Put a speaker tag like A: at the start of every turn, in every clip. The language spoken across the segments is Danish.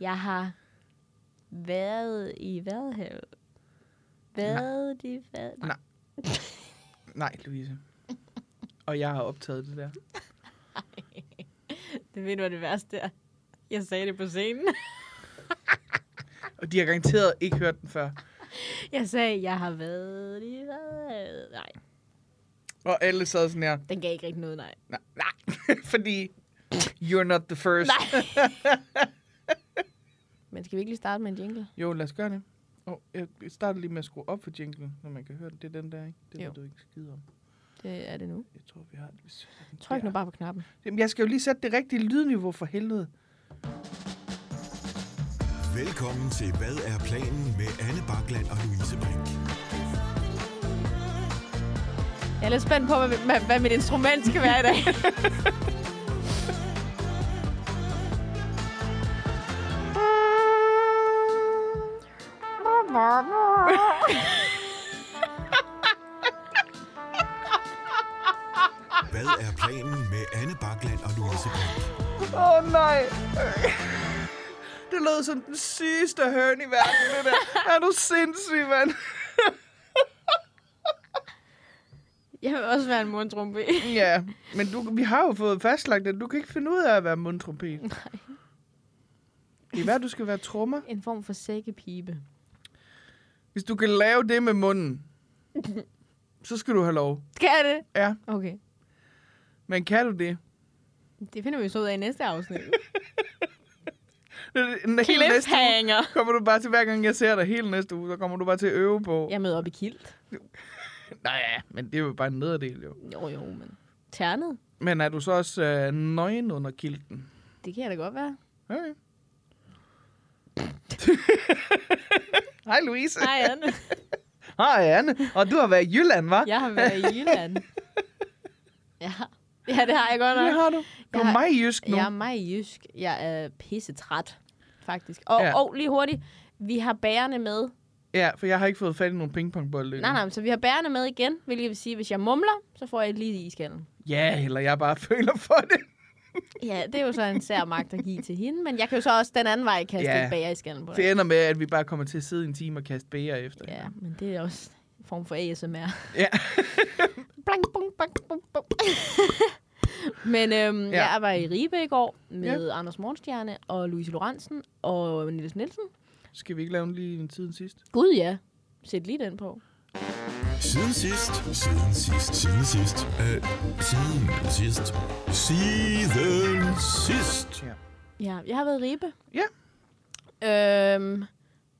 A: Jeg har været i Vadehavet. Været i Vadehavet.
B: Nej. Nej, Louise. Og jeg har optaget det der.
A: Det ved du, hvad det værste er. Jeg sagde det på scenen.
B: Og de har garanteret ikke hørt den før.
A: Jeg sagde, jeg har været i Vadehavet. Nej,
B: Og alle sad sådan her.
A: den gav ikke rigtig noget, nej.
B: Nej, nej. fordi you're not the first.
A: Nej. Men skal vi ikke lige starte med en jingle?
B: Jo, lad os gøre det. Og jeg starter lige med at skrue op for jinglen, når man kan høre den. Det er den der, ikke? Det
A: Jo.
B: ved du ikke skide om.
A: Det er det nu.
B: Jeg tror, vi har det. Vi sætter den
A: Tryk
B: der.
A: nu bare på knappen.
B: Jamen, jeg skal jo lige sætte det rigtige lydniveau for helvede.
C: Velkommen til Hvad er planen med Anne Bakland og Louise Brink.
A: Jeg er lidt spændt på, hvad, hvad, hvad mit instrument skal være i dag.
C: Hvad er planen med Anne Bakland og Louise Brink?
B: Åh, oh, nej. Det lød som den sygeste høn i verden, det der. Er du sindssyg, mand?
A: Jeg vil også være en mundtrumpe.
B: Ja, men du, vi har jo fået fastlagt, at du kan ikke finde ud af at være mundtrompet. Nej. Det er hvad, du skal være trommer.
A: En form for sækkepibe.
B: Hvis du kan lave det med munden, så skal du have lov.
A: Skal jeg det?
B: Ja,
A: Okay.
B: men kan du det?
A: Det finder vi så ud af i næste afsnit.
B: Hele næste uge
A: Cliffhanger.
B: kommer du bare til, hver gang jeg ser dig hele næste uge, så kommer du bare til at øve på. Ja.
A: Jeg møder op i kilt.
B: Nej, ja, men det er jo bare en nederdel, jo.
A: Jo, jo, men... Ternet?
B: Men er du så også øh, nøgen under kilten?
A: Det kan jeg da godt være.
B: Okay. Hej Louise.
A: Hej, Anne.
B: Hej Anne. Og du har været i Jylland, hva'?
A: Jeg har været i Jylland. Ja. Ja, det har jeg godt
B: Det
A: nok.
B: har du. Du er
A: Jeg-
B: meget jysk nu.
A: Jeg er meget jysk. Jeg er pisse træt, faktisk. Og,
B: Ja.
A: ja. og lige hurtigt, vi har bærerne med.
B: Ja, for jeg har ikke fået fat i nogen pingpongbold.
A: Nej, nej, men så vi har bærerne med igen, hvilket vil sige, at hvis jeg mumler, så får jeg lige i skallen.
B: Ja, eller jeg bare føler for det.
A: Ja, det er jo så en sær magt at give til hende, men jeg kan jo så også den anden vej kaste
B: Ja.
A: ja. bære i skallen på dig.
B: Det ender med, at vi bare kommer til at sidde en time og kaste bæger efter.
A: Ja,
B: hinanden.
A: men det er også en form for ASMR.
B: Ja.
A: Blank, bung, bang, bung, bung. Men øhm,
B: Ja.
A: ja. jeg var i Ribe i går med ja. Anders Morgenstjerne og Louise Lorentzen og Niels Nielsen.
B: Skal vi ikke lave en lige en tid sidst?
A: Gud ja, sæt lige den på.
C: Siden sidst, siden sidst, siden sidst, øh, siden sidst, siden sidst.
A: Ja, jeg har været i Ribe.
B: Ja.
A: Øhm,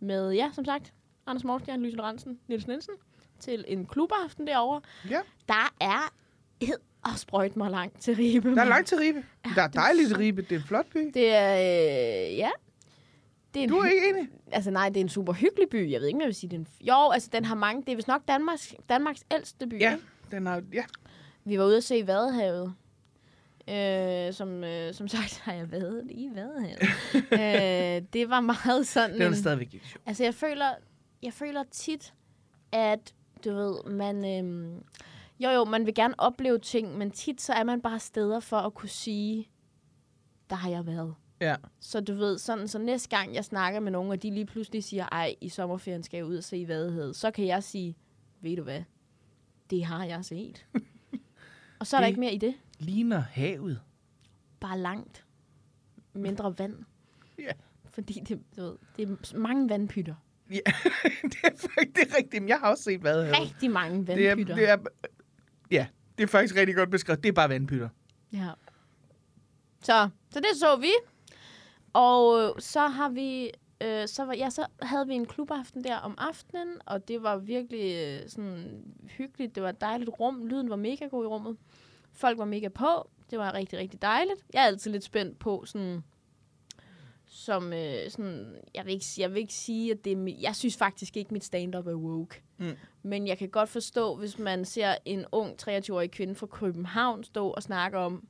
A: med, ja, som sagt, Anders Morgenstjerne, Lysen Lorentzen, Niels Nielsen til en klubaften derovre.
B: Ja.
A: Der er ed og sprøjt mig langt til Ribe.
B: Der er langt til Ribe. Der er
A: det er
B: dejligt til
A: så-
B: Ribe. Det er en flot by.
A: Det er, øh, ja. Det er en
B: Du er
A: hy-
B: ikke enig?
A: Altså nej, det er en super hyggelig by. Jeg ved ikke, om jeg vil sige, det er en... f- Jo, altså den har mange... Det er vist nok Danmarks, Danmarks ældste by.
B: Ja.
A: ikke?
B: Den har, ja.
A: Vi var ude at se Vadehavet. Øh, som, øh, som sagt har jeg været i Vadehavet. øh, det var meget sådan...
B: Den er
A: en-
B: stadigvæk ikke sjov.
A: Altså, jeg føler, jeg føler tit, at du ved, man... Øhm, jo, jo, man vil gerne opleve ting, men tit så er man bare steder for at kunne sige, der har jeg været.
B: Ja.
A: Så du ved, sådan, så næste gang jeg snakker med nogen, og de lige pludselig siger, ej, i sommerferien skal jeg ud og se vadehed, så kan jeg sige, ved du hvad, det har jeg set. og så er der
B: Det-
A: ikke mere i det.
B: Ligner havet.
A: Bare langt. Mindre vand.
B: Ja.
A: Fordi det, du ved, det er mange vandpytter.
B: Ja, det er faktisk det er rigtigt. Men Jeg har også set vadehavet.
A: Rigtig mange
B: Det er,
A: vandpytter.
B: det er, ja, det er faktisk rigtig godt beskrevet. Det er bare vandpytter.
A: Ja. Så, så det så vi. Og øh, så har vi øh, så var ja, så havde vi en klubaften der om aftenen, og det var virkelig øh, sådan hyggeligt. Det var et dejligt rum. Lyden var mega god i rummet. Folk var mega på. Det var rigtig, rigtig dejligt. Jeg er altid lidt spændt på sådan som øh, sådan, jeg vil, ikke, sige- jeg vil ikke sige, at det er mit, jeg synes faktisk ikke, mit stand-up er woke.
B: Mm.
A: Men jeg kan godt forstå, hvis man ser en ung 23-årig kvinde fra København stå og snakke om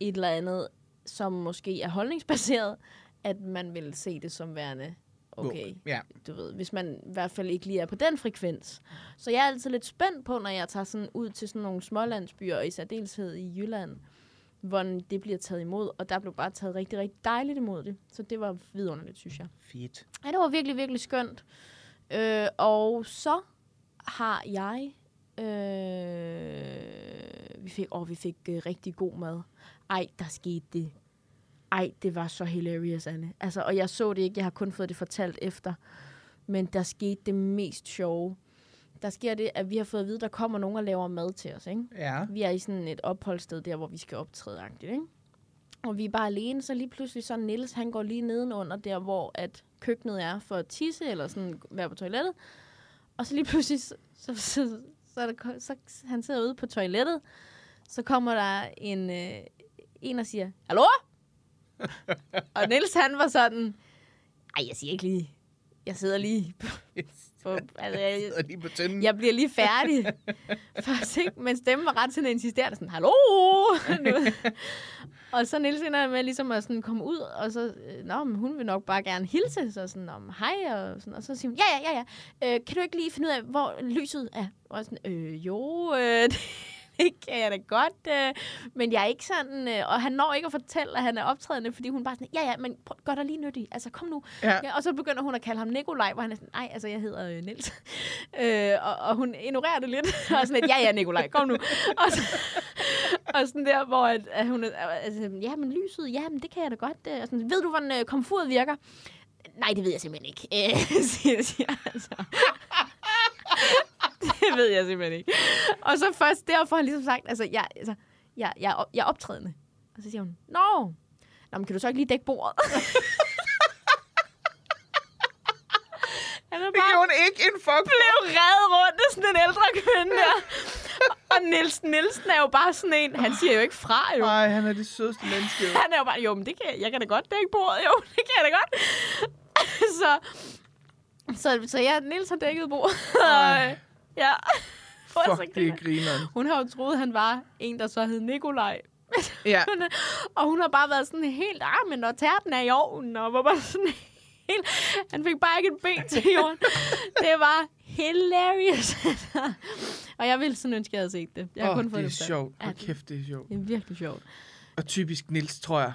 A: et eller andet, som måske er holdningsbaseret, at man vil se det som værende okay
B: Ja.
A: du ved, hvis man i hvert fald ikke lige er på den frekvens. Så jeg er altid lidt spændt på, når jeg tager sådan ud til sådan nogle smålandsbyer, og i særdeleshed i Jylland, hvordan det bliver taget imod, og der blev bare taget rigtig, rigtig dejligt imod det. Så det var vidunderligt, synes jeg.
B: Fedt.
A: Ja, det var virkelig, virkelig skønt. Øh, og så har jeg... Øh, vi fik, åh, vi fik øh, rigtig god mad. Ej, der skete det. Ej, det var så hilarious, Anne. Altså, og jeg så det ikke, jeg har kun fået det fortalt efter. Men der skete det mest sjove. Der sker det, at vi har fået at vide, der kommer nogen og laver mad til os, ikke?
B: Ja.
A: Vi er i sådan et opholdssted der, hvor vi skal optræde, ikke? Og vi er bare alene, så lige pludselig så Niels, han går lige nedenunder der, hvor at køkkenet er for at tisse, eller sådan være på toilettet. Og så lige pludselig, så, så, så, så, er der, ko- så han sidder ude på toilettet, så kommer der en, øh, en og siger, Hallo? og Niels, han var sådan, Ej, jeg siger ikke lige, jeg sidder lige på, på altså, jeg,
B: Og lige på tænden.
A: jeg bliver lige færdig. Først, ikke? Men stemmen var ret sådan insisterende, sådan, hallo! Du ved. og så Niels ender med ligesom at sådan komme ud, og så, øh, nå, men hun vil nok bare gerne hilse, så sådan, om hej, og, sådan, og så siger hun, ja, ja, ja, ja, øh, kan du ikke lige finde ud af, hvor lyset er? Og jeg sådan, øh, jo, øh, det kan jeg da godt, øh, men jeg er ikke sådan, øh, og han når ikke at fortælle, at han er optrædende, fordi hun bare sådan, ja, ja, men prøv, gør dig lige nyttig, altså kom nu,
B: Ja.
A: Ja, og så begynder hun at kalde ham Nikolaj, hvor han er sådan, nej, altså jeg hedder øh, Niels. Øh, og, og hun ignorerer det lidt, og er sådan lidt, ja, ja, Nikolaj, kom nu. Og, så, og sådan der, hvor at, at hun er, altså, ja, men lyset, ja, men det kan jeg da godt. øh, Og sådan, ved du, hvordan øh, komfuret virker? Nej, det ved jeg simpelthen ikke, øh, siger, siger han så. det ved jeg simpelthen ikke. Og så først derfor har han ligesom sagt, altså, jeg, altså, jeg, jeg, er op- jeg er optrædende. Og så siger hun, nå, Nå, men kan du så ikke lige dække bordet? Han er
B: Det
A: bare
B: gjorde hun ikke en fuck.
A: blev reddet rundt af sådan en ældre kvinde der. Og Nielsen Nielsen er jo bare sådan en, han siger jo ikke fra jo.
B: Nej, han er det sødeste menneske. jo.
A: Han er jo bare, jo, men det kan jeg, jeg kan da godt dække bordet, jo, det kan jeg da godt. så, så, så ja, Niels har dækket bordet.
B: Ej.
A: Og, ja. Hvor så
B: Fuck, det
A: griner.
B: er grineren.
A: Hun har jo troet, han var en, der så hed Nikolaj.
B: Ja.
A: og hun har bare været sådan helt, ah, men når tærten er i ovnen, og var bare sådan helt, han fik bare ikke et ben til jorden. det var hilarious. og jeg ville sådan ønske, jeg havde set det. Jeg har
B: Åh,
A: kun fået
B: det
A: det,
B: er
A: fortalt.
B: sjovt.
A: Ja,
B: Hold kæft, det er sjovt.
A: Det er virkelig sjovt.
B: Og typisk Nils, tror jeg.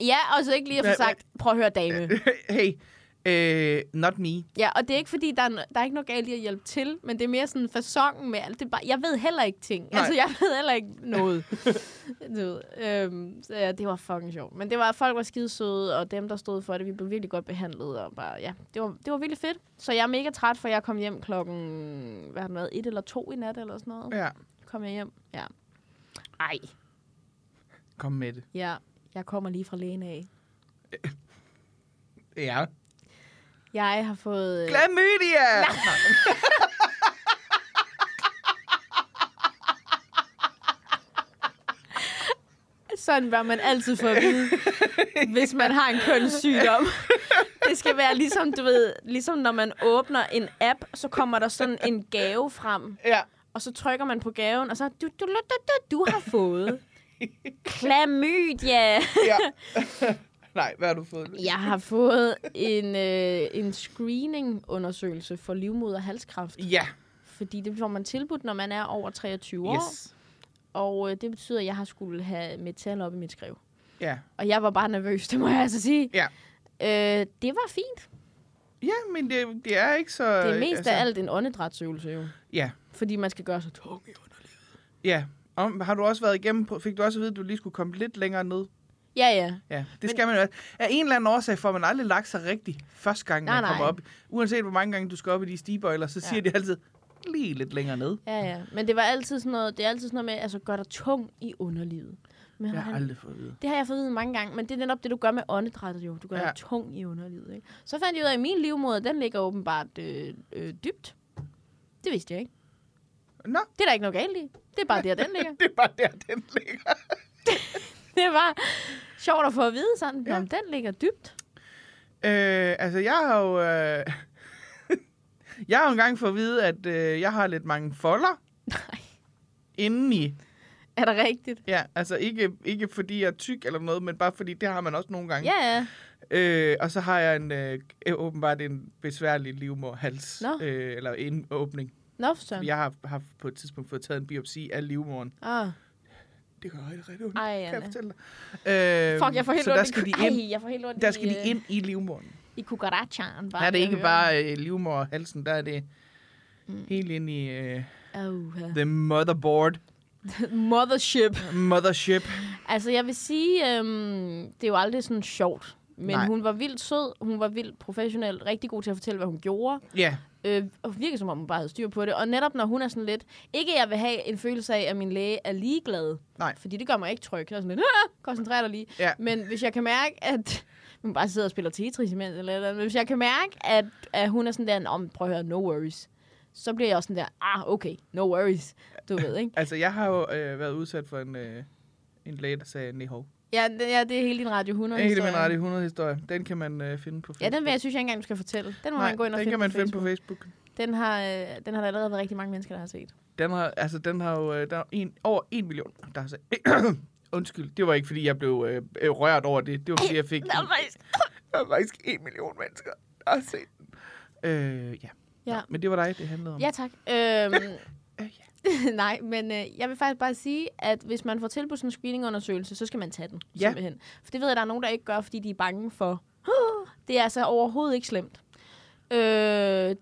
A: Ja, og så ikke lige at få
B: Hvad-
A: sagt, prøv at høre dame.
B: hey, øh, not me.
A: Ja, og det er ikke fordi, der er, no- der er ikke noget galt i at hjælpe til, men det er mere sådan fasongen med alt. Det er bare, jeg ved heller ikke ting.
B: Nej.
A: Altså, jeg ved heller ikke noget. du ved. Øhm, så ja, det var fucking sjovt. Men det var, folk var skide søde, og dem, der stod for det, vi blev virkelig godt behandlet. Og bare, ja, det var, det var virkelig fedt. Så jeg er mega træt, for jeg kom hjem klokken, hvad har den været, et eller to i nat eller sådan noget.
B: Ja,
A: Kom jeg hjem, ja. Ej,
B: kom med det.
A: ja, jeg kommer lige fra lægen af.
B: Ja.
A: Jeg har fået... øh,
B: Glamydia!
A: Sådan bør man altid få at vide, hvis man har en kønssygdom. Det skal være ligesom, du ved, ligesom når man åbner en app, så kommer der sådan en gave frem.
B: Ja.
A: Og så trykker man på gaven, og så, du, du, du, du, du, du har fået klamydia.
B: ja. Nej, hvad har du fået?
A: Jeg har fået en, øh, en screening-undersøgelse for livmoder og halskræft,
B: Ja.
A: fordi det får man tilbudt, når man er over 23 år. Yes. Og øh, det betyder, at jeg har skulle have metal op i mit skrev.
B: Ja.
A: Og jeg var bare nervøs, det må jeg altså sige.
B: Ja.
A: Øh, det var fint.
B: Ja, men det, det er ikke så... altså,
A: Det er mest af alt en åndedrætsøvelse jo.
B: Ja.
A: Fordi man skal gøre sig tung i underlivet.
B: Ja. Om, har du også været igennem... på- Fik du også at vide, at du lige skulle komme lidt længere ned?
A: Ja, ja.
B: Ja, det skal man jo. også. Af en eller anden årsag får man aldrig lagt sig rigtigt første gang,
A: Nej,
B: man kommer
A: nej.
B: op. Uanset hvor mange gange du skal op i de stigebøjler, så
A: Ja.
B: siger de altid, lige lidt længere ned.
A: ja, ja. Men det var altid sådan noget, det er altid sådan noget med, altså gør dig tung i underlivet. Men
B: Jeg har
A: han,
B: aldrig fået at vide.
A: det har jeg fået at vide mange gange, men det er netop det, du gør med åndedrættet jo. Du gør
B: Ja.
A: ja. dig tung i underlivet. Ikke? Så fandt jeg ud af, at min livmoder, den ligger åbenbart øh, øh, dybt. Det vidste jeg ikke.
B: Nå,
A: Det er der ikke noget galt i. Det er bare der, den ligger.
B: det er bare der, den ligger.
A: Det var sjovt at få at vide sådan,
B: Ja.
A: ja. den ligger dybt.
B: Øh, altså, jeg har jo... Øh... jeg har jo engang fået at vide, at øh, jeg har lidt mange folder
A: Nej,
B: indeni.
A: er det rigtigt?
B: Ja, altså ikke, ikke fordi jeg er tyk eller noget, men bare fordi det har man også nogle gange.
A: Ja, ja.
B: Øh, og så har jeg en, øh, åbenbart en besværlig livmorhals.
A: Nå.
B: Øh, eller en åbning.
A: Nå, for søren.
B: Jeg har haft på et tidspunkt fået taget en biopsi af livmoren.
A: Ah.
B: Det gør rigtig, rigtig ondt,
A: Ej,
B: kan jeg
A: Anna.
B: fortælle dig. Øhm,
A: Fuck, jeg får helt
B: så
A: ondt
B: der
A: i
B: skal de
A: ku-
B: ind,
A: Ej, jeg får helt ondt
B: der skal
A: i, øh,
B: de ind i livmoderen.
A: i kukaracharen.
B: Der er det ikke bare øh, livmor og halsen, der er det
A: Mm.
B: helt ind i øh,
A: Oh,
B: the motherboard,
A: Mothership.
B: mothership.
A: Altså, jeg vil sige, øhm, det er jo aldrig sådan sjovt. Men
B: Nej.
A: Nej. hun var vildt sød, hun var vildt professionel, rigtig god til at fortælle, hvad hun gjorde.
B: Ja,
A: Øh, og virkede, som om hun bare havde styr på det. Og netop når hun er sådan lidt... Ikke at jeg vil have en følelse af, at min læge er ligeglad.
B: Nej.
A: Fordi det gør mig ikke tryg. Jeg er sådan lidt, "Ah, koncentrer dig lige.
B: Ja.
A: Men hvis jeg kan mærke, at... Hun bare sidder og spiller Tetris imens, eller, et eller andet. Men hvis jeg kan mærke, at, at hun er sådan der, om prøv at høre, no worries. Så bliver jeg også sådan der, ah, okay, no worries. Du ved, ikke?
B: altså jeg har jo øh, været udsat for en, øh, en læge, der sagde nihov.
A: Ja, det, ja, det er hele din Radio 100
B: Hele min
A: historie.
B: rette 100 historie. Den kan man øh, finde
A: Ja,
B: på Facebook.
A: den vil jeg synes, jeg ikke engang du skal fortælle. Den må
B: Nej,
A: man gå ind og
B: den
A: finde
B: kan man
A: på
B: finde på
A: Facebook.
B: Facebook.
A: Den har, øh, den har der allerede været rigtig mange mennesker, der har set.
B: Den har, altså, den har jo øh, der er en, over en million, der har sagt... Undskyld, det var ikke, fordi jeg blev øh, øh, rørt over det. Det var, fordi jeg fik...
A: Nå, faktisk.
B: Der er faktisk en million mennesker, der har set den. Øh, ja.
A: Ja.
B: Nå, men det var dig, det handlede om.
A: Ja, tak. Øhm,
B: Øh,
A: nej, men øh, jeg vil faktisk bare sige, at hvis man får tilbudt sådan en screeningundersøgelse, så skal man tage den,
B: Ja.
A: ja. simpelthen. For det ved jeg, der er nogen, der ikke gør, fordi de er bange for, det er altså overhovedet ikke slemt. Øh,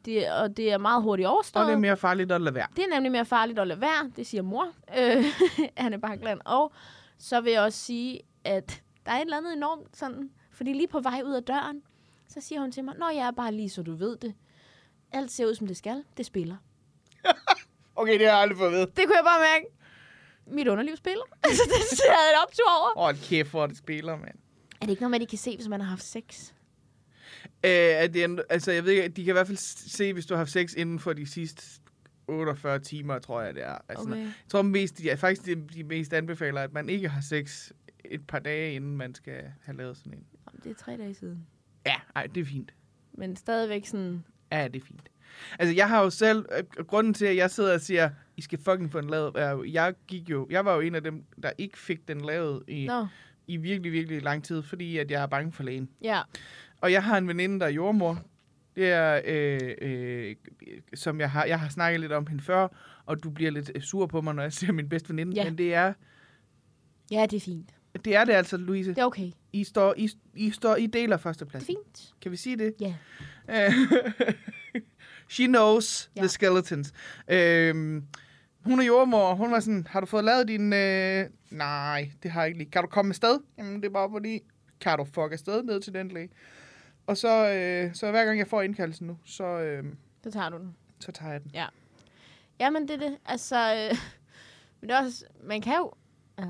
A: det, og det er meget hurtigt overstået.
B: Og det er mere farligt at lade være.
A: Det er nemlig mere farligt at lade være, det siger mor, øh, Anne Bakland. Og så vil jeg også sige, at der er et eller andet enormt sådan, fordi lige på vej ud af døren, så siger hun til mig, Nå, jeg er bare lige, så du ved det. Alt ser ud, som det skal. Det spiller.
B: Okay, det har jeg aldrig fået ved.
A: Det kunne jeg bare mærke. Mit underliv spiller. Altså, det ser jeg en optur over.
B: Åh, oh, kæft, hvor det spiller, mand.
A: Er det ikke noget, man ikke kan se, hvis man har haft sex?
B: Øh, er det en, altså, jeg ved ikke, de kan i hvert fald se, hvis du har haft sex inden for de sidste 48 timer, tror jeg, det er. Altså,
A: Okay.
B: Jeg tror mest, de, er, faktisk de, de mest anbefaler, at man ikke har sex et par dage, inden man skal have lavet sådan en.
A: Nå, Det er tre dage siden.
B: Ja, ej, det er fint.
A: Men stadigvæk sådan...
B: Ja, det er fint. Altså, jeg har jo selv... øh, Grunden til, at jeg sidder og siger, I skal fucking få den lavet, er jo, jeg gik jo... Jeg var jo en af dem, der ikke fik den lavet i,
A: Nå,
B: i virkelig, virkelig lang tid, fordi at jeg er bange for lægen.
A: ja.
B: Og jeg har en veninde, der er jordmor. Det er, øh, øh, som jeg har, jeg har snakket lidt om hende før, og du bliver lidt øh, sur på mig, når jeg ser min bedste veninde.
A: Ja.
B: Men det er,
A: Ja, det er fint.
B: det er det altså, Louise.
A: Det er okay.
B: I står, I, I, står, I deler
A: Det er
B: førstepladsen.
A: fint.
B: Kan vi sige det?
A: Ja.
B: Øh, She knows ja.
A: Ja.
B: the skeletons. Øhm, hun er jordmor, og hun var sådan, har du fået lavet din... Øh... Nej, det har jeg ikke lige. Kan du komme afsted? Jamen, det er bare fordi, kan du fuck afsted ned til den læge? Og så, øh, så hver gang jeg får indkaldelsen nu, så, øh,
A: Så tager du den.
B: så tager jeg den.
A: Jamen, det er det. Altså, øh, men det er også, man kan jo... Ja.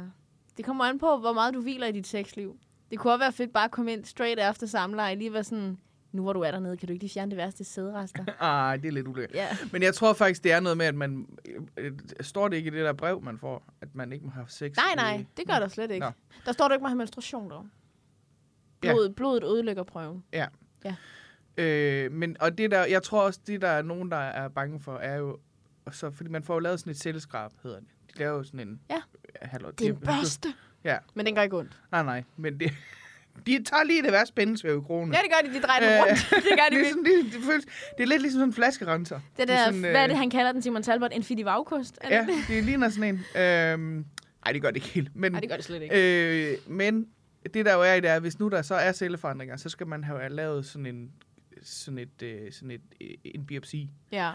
A: Det kommer an på, hvor meget du hviler i dit sexliv. Det kunne også være fedt bare at komme ind straight after samleje, lige være sådan, nu hvor du er dernede, kan du ikke lige fjerne det værste sæderester?
B: Ej, det er lidt ulækkert.
A: ja.
B: Men jeg tror faktisk, det er noget med, at man... Øh, øh, står det ikke i det der brev, man får, at man ikke må have sex?
A: Nej,
B: i-
A: nej, det gør der slet ikke.
B: Nå.
A: Nå. Der står, du ikke må have menstruation dog.
B: Ja.
A: Blodet, blodet ødelægger prøven.
B: Øh, men, og det der, jeg tror også, det der er nogen, der er bange for, er jo, og så, fordi man får jo lavet sådan et selvskrab, hedder det. De laver jo sådan en...
A: Ja.
B: Hallo,
A: Det er en børste.
B: Ja.
A: Men den gør ikke ondt.
B: Nej, nej, men det, de tager lige det værste spændesvæv i kronen.
A: Ja, det gør de. De drejer den
B: Mm. Øh,
A: rundt. det gør de
B: det, er
A: virkelig.
B: sådan, det, det, føles, det er lidt ligesom sådan en flaskerenser.
A: Det
B: er
A: der,
B: sådan, øh,
A: hvad er det, han kalder den, Simon Talbot? En fidivagkost? Er det
B: Ja,
A: det?
B: det ligner sådan en. Øh, ej, det gør det ikke helt. Men,
A: Nej, det gør det slet ikke.
B: Øh, men det der jo er i det er, hvis nu der så er celleforandringer, så skal man have lavet sådan en sådan et, øh, sådan et, øh, en biopsi.
A: Ja.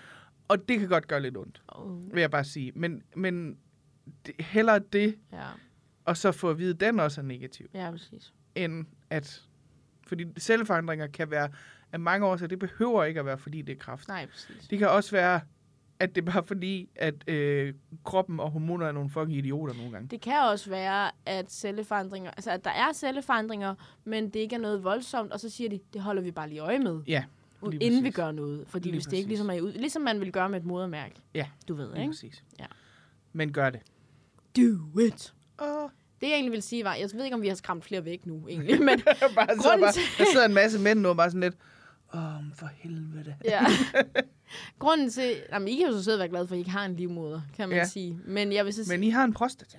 B: Og det kan godt gøre lidt ondt.
A: Oh,
B: vil jeg bare sige. Men, men det, hellere det,
A: ja.
B: og så få at vide, at den også er negativ,
A: ja, præcis.
B: end at... Fordi selvforandringer kan være af mange årsager. Det behøver ikke at være, fordi det er kræft.
A: Nej, præcis.
B: Det kan også være, at det er bare fordi, at øh, kroppen og hormoner er nogle fucking idioter nogle gange.
A: Det kan også være, at celleforandringer, altså at der er celleforandringer, men det ikke er noget voldsomt, og så siger de, det holder vi bare lige øje med,
B: Ja,
A: inden
B: lige
A: vi
B: præcis.
A: gør noget. Fordi
B: Lige
A: lige hvis det ikke
B: præcis.
A: ligesom er i ud, ligesom man ville gøre med et modermærke.
B: Ja,
A: Du ved,
B: lige
A: ikke?
B: præcis.
A: Ja.
B: Men gør det.
A: Do it!
B: Åh,
A: Det jeg egentlig vil sige var, jeg ved ikke, om vi har skræmt flere væk nu, egentlig, men
B: bare, så
A: Grunden
B: bare,
A: til-
B: der sidder en masse mænd nu og bare sådan lidt, åh, men for helvede.
A: ja. Grunden til, jamen, I kan jo så sidde og være glade for, at I ikke har en livmoder, kan man
B: Ja.
A: ja. sige. Men jeg vil så sige,
B: Men I har en prostata.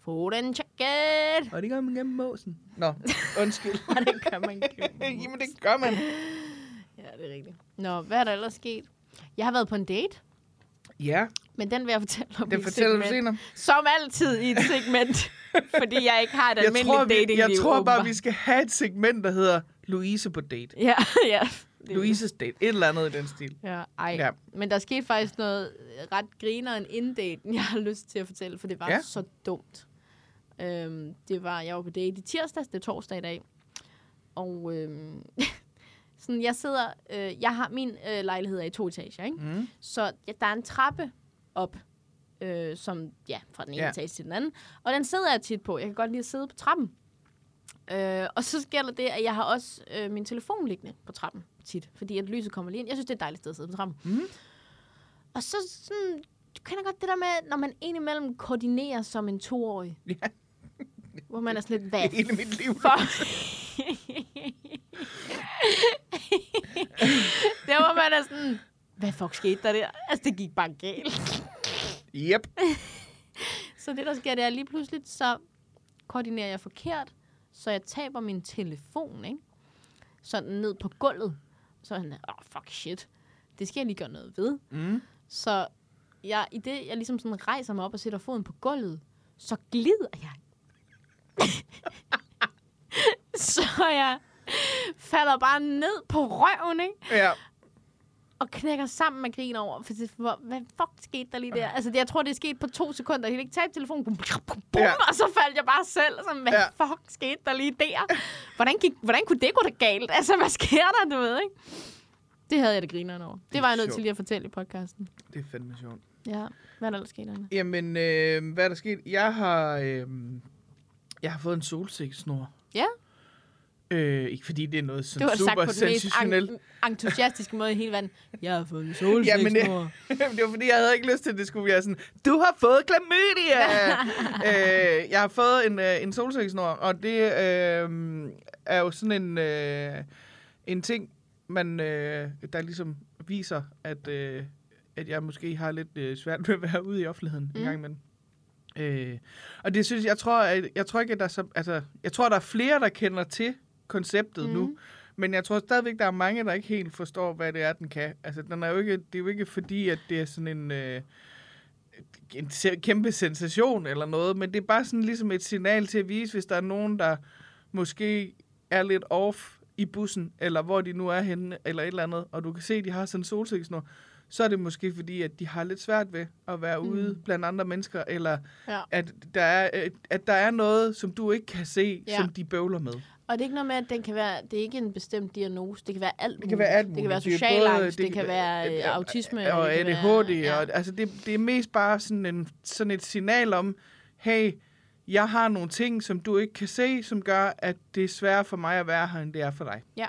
A: få den jacket!
B: Og det gør man gennem måsen. Nå, undskyld.
A: Og det gør man ikke.
B: Jamen, det gør man.
A: Ja, det er rigtigt. Nå, hvad er der ellers sket? Jeg har været på en date.
B: Ja,
A: Men den vil jeg fortælle om i
B: Den
A: et
B: fortæller du
A: segment.
B: senere.
A: Som altid i et segment. fordi jeg ikke har et
B: Jeg
A: almindeligt
B: tror, vi,
A: datingliv.
B: jeg tror bare,
A: åbenbart.
B: vi skal have et segment, der hedder Louise på date.
A: Ja, ja. Det er-
B: Louises date. Et eller andet i den stil.
A: Ja, ej.
B: Ja.
A: Ja. Men der skete faktisk noget ret grineren inddaten, jeg har lyst til at fortælle, for det var
B: Ja.
A: ja. så dumt. Øhm, det var, jeg var på date i tirsdags, det er torsdag i dag. Og øhm, sådan, jeg sidder, øh, jeg har min øh, lejlighed er i to etager, ikke?
B: Mm.
A: Så ja, der er en trappe op, øh, som, ja, fra den ene
B: Ja.
A: ja. etage til den anden. Og den sidder jeg tit på. Jeg kan godt lide at sidde på trappen. Øh, og så sker der det, at jeg har også øh, min telefon liggende på trappen tit, fordi at lyset kommer lige ind. Jeg synes, det er et dejligt sted at sidde på trappen.
B: Mhm.
A: Og så sådan, du kender godt det der med, når man indimellem koordinerer som en toårig.
B: Ja.
A: Hvor man er sådan lidt, hvad
B: I hele mit liv.
A: for... der var man er sådan, hvad fuck skete der der? Altså, det gik bare galt.
B: Yep.
A: Så det, der sker, det er lige pludselig, så koordinerer jeg forkert, så jeg taber min telefon, ikke? Sådan ned på gulvet. Så er han, åh, oh, fuck shit. Det skal jeg lige gøre noget ved.
B: Mm.
A: Så jeg, i det, jeg ligesom sådan rejser mig op og sætter foden på gulvet, så glider jeg. så jeg falder bare ned på røven, ikke?
B: Ja.
A: Og knækker sammen med grin over, for det, hvor, hvad fuck skete der lige der? Altså, det- jeg tror, det er sket på to sekunder. Jeg kan ikke tage telefonen, bum, bum, bum,
B: Ja.
A: og så faldt jeg bare selv. Sådan, hvad
B: Ja.
A: fuck skete der lige der? Hvordan, gik, hvordan kunne det gå da galt? Altså, hvad sker der, du ved, ikke? Det havde jeg det grineren over. Det,
B: er
A: det var jeg nødt
B: sjovt.
A: til lige at fortælle i podcasten.
B: Det er fandme sjovt.
A: Ja, hvad er der ellers sket, Anna?
B: Jamen, øh, hvad er der sket? Jeg har, øh, jeg har fået en solsikkesnor.
A: Ja.
B: Øh, ikke fordi det er noget sådan
A: Det var sagt
B: super
A: på den mest
B: sensationelt.
A: en- entusiastiske måde i hele verden. Jeg har fået en solsiksnor.
B: Jamen, det- det var fordi, jeg havde ikke lyst til, at det skulle være sådan, du har fået klamydia! øh, jeg har fået en, øh, en solsikkesnor, og det øh, er jo sådan en, øh, en ting, man, øh, der ligesom viser, at, øh, at jeg måske har lidt øh, svært ved at være ude i offentligheden mm. en
A: Mm.
B: gang imellem. Øh, og det synes jeg, jeg tror, at, jeg tror ikke, at der er så, altså, jeg tror, der er flere, der kender til konceptet mm. nu. Men jeg tror stadigvæk, der er mange, der ikke helt forstår, hvad det er, den kan. Altså, den er jo ikke, det er jo ikke fordi, at det er sådan en, øh, en se- kæmpe sensation eller noget, men det er bare sådan ligesom et signal til at vise, hvis der er nogen, der måske er lidt off i bussen, eller hvor de nu er henne, eller et eller andet, og du kan se, at de har sådan en solsikkesnor, så er det måske fordi, at de har lidt svært ved at være ude mm. blandt andre mennesker, eller
A: Ja.
B: at, der er, øh, at der er noget, som du ikke kan se, ja.
A: Ja.
B: som de bøvler med.
A: Og det er ikke noget med, at den kan være, det er ikke en bestemt diagnose. Det kan være alt
B: Det kan være alt
A: Det kan være
B: muligt.
A: social
B: er både-
A: angst, det, kan være
B: øh,
A: øh, autisme.
B: Og
A: det kan
B: ADHD.
A: være-
B: ja. og, altså det, det er mest bare sådan, en, sådan et signal om, hey, jeg har nogle ting, som du ikke kan se, som gør, at det er sværere for mig at være her, end det er for dig.
A: Ja.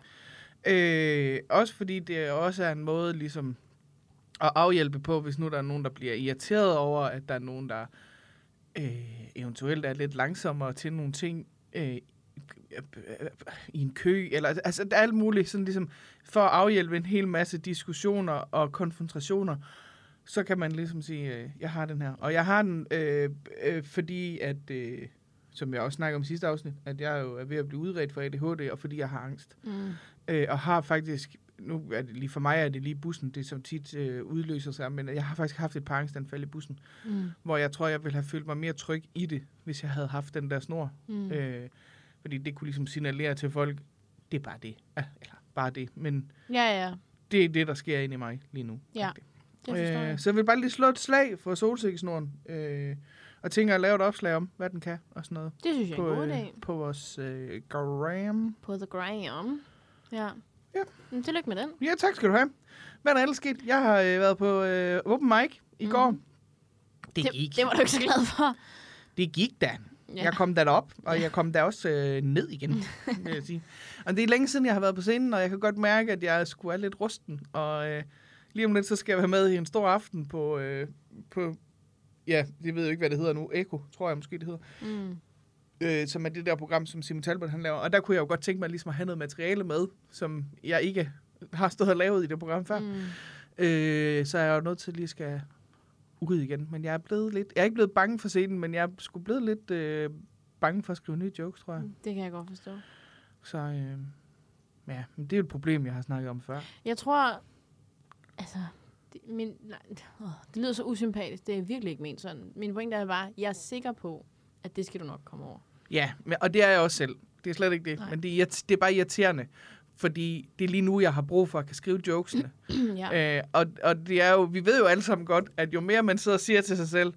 B: Øh, også fordi det også er en måde ligesom at afhjælpe på, hvis nu der er nogen, der bliver irriteret over, at der er nogen, der øh, eventuelt er lidt langsommere til nogle ting øh, i en kø, eller altså der er alt muligt, sådan ligesom for at afhjælpe en hel masse diskussioner og konfrontationer, så kan man ligesom sige, øh, jeg har den her. Og jeg har den, øh, øh, fordi at, øh, som jeg også snakkede om i sidste afsnit, at jeg jo er ved at blive udredt for ADHD, og fordi jeg har angst.
A: Mm.
B: Øh, og har faktisk, nu er det lige for mig er det lige bussen, det som tit øh, udløser sig, men jeg har faktisk haft et par angstanfald i bussen,
A: Mm.
B: hvor jeg tror, jeg ville have følt mig mere tryg i det, hvis jeg havde haft den der snor.
A: Mm.
B: Øh, fordi det kunne ligesom signalere til folk, det er bare det. Ah, Eller bare det. Men
A: Ja, ja.
B: det er det, der sker inde i mig lige nu.
A: Ja,
B: Agtigt.
A: Det forstår jeg.
B: øh, så jeg vil bare lige slå et slag for solsikkesnoren. Øh, og tænker at lave et opslag om, hvad den kan og sådan noget.
A: Det synes jeg er en god idé.
B: øh, på vores øh, gram.
A: På The Gram. Ja.
B: Ja.
A: Men tillykke med den.
B: Ja, tak skal du have. Hvad er der ellers sket? Jeg har øh, været på øh, open mic i
A: Mhm.
B: går.
A: Det, det var du ikke så glad for.
B: Det gik da. Ja.
A: Ja.
B: Jeg kom da op, og jeg kom da også øh, ned igen, vil jeg sige. Og det er længe siden, jeg har været på scenen, og jeg kan godt mærke, at jeg skulle er lidt rusten. Og øh, lige om lidt, så skal jeg være med i en stor aften på, øh, på ja, det ved jeg ikke, hvad det hedder nu, Eko, tror jeg måske, det hedder.
A: Mm.
B: Øh, som er det der program, som Simon Talbot han laver. Og der kunne jeg jo godt tænke mig ligesom at have noget materiale med, som jeg ikke har stået og lavet i det program før.
A: Mm.
B: Øh, så er jeg jo nødt til lige at skal ud igen. Men jeg er blevet lidt... Jeg er ikke blevet bange for scenen, men jeg er sgu blevet lidt øh, bange for at skrive nye jokes, tror jeg.
A: Det kan jeg godt forstå.
B: Så øh, ja, men det er jo et problem, jeg har snakket om før.
A: Jeg tror, altså, det- min, nej, åh, det lyder så usympatisk. Det er virkelig ikke ment sådan. Min pointe er bare, jeg er sikker på, at det skal du nok komme over.
B: Ja, men- og det er jeg også selv. Det er slet ikke det.
A: Nej.
B: Men det er, irrit- det er bare irriterende, fordi det er lige nu, jeg har brug for at kan skrive jokesene.
A: ja.
B: Øh, og, og det er jo, vi ved jo alle sammen godt, at jo mere man sidder og siger til sig selv,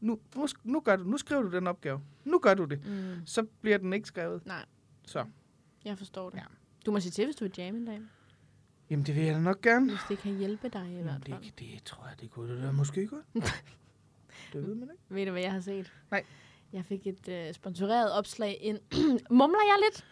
B: nu, nu, sk- nu, gør du, nu skriver du den opgave, nu gør du det,
A: Mm,
B: så bliver den ikke skrevet.
A: nej,
B: Så,
A: jeg forstår det.
B: Ja.
A: Ja. Du må sige til, hvis du er jam en dag.
B: jamen det vil jeg da nok gerne.
A: Hvis det kan hjælpe dig i hvert fald.
B: Det, det tror jeg, det kunne det da måske godt. det ved man ikke.
A: Ved du, hvad jeg har set?
B: Nej.
A: Jeg fik et øh, sponsoreret opslag ind. Mumler jeg lidt?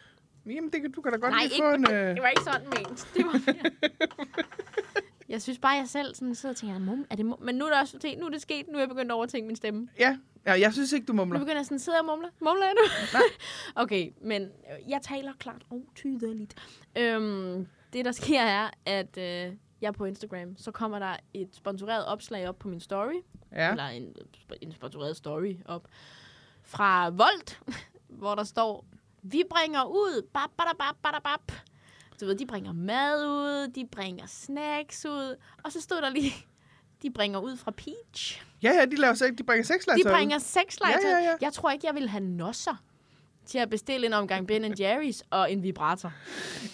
B: Jamen, det, kan- du kan da godt
A: Nej,
B: lige
A: ikke
B: få en...
A: Det
B: Øh,
A: var ikke sådan ment. Det var jeg synes bare, jeg selv sådan sidder og tænker, mum, er det mum? Men nu er det også fordi, nu er det sket, nu er jeg begyndt at overtænke min stemme.
B: ja, ja, jeg synes ikke, du
A: Nu
B: mumler.
A: begynder jeg sådan at sidde og mumle. Mumler jeg nu? okay, men øh, jeg taler klart og tydeligt. Øhm, det, der sker, er, at øh, jeg er på Instagram. Så kommer der et sponsoreret opslag op på min story.
B: Ja,
A: Eller en, en sponsoreret story op. Fra Volt, hvor der står, vi bringer ud, bap, bada, bap, bada, bap. Du ved, de bringer mad ud, de bringer snacks ud. Og så stod der lige, de bringer ud fra Peach.
B: ja, ja de, laver, sex- de bringer sexlegetøj.
A: De
B: ud.
A: bringer sexlegetøj.
B: Altså, Ja, ja, ja.
A: Jeg tror ikke, jeg vil have nosser til at bestille en omgang Ben Jerry's og en vibrator.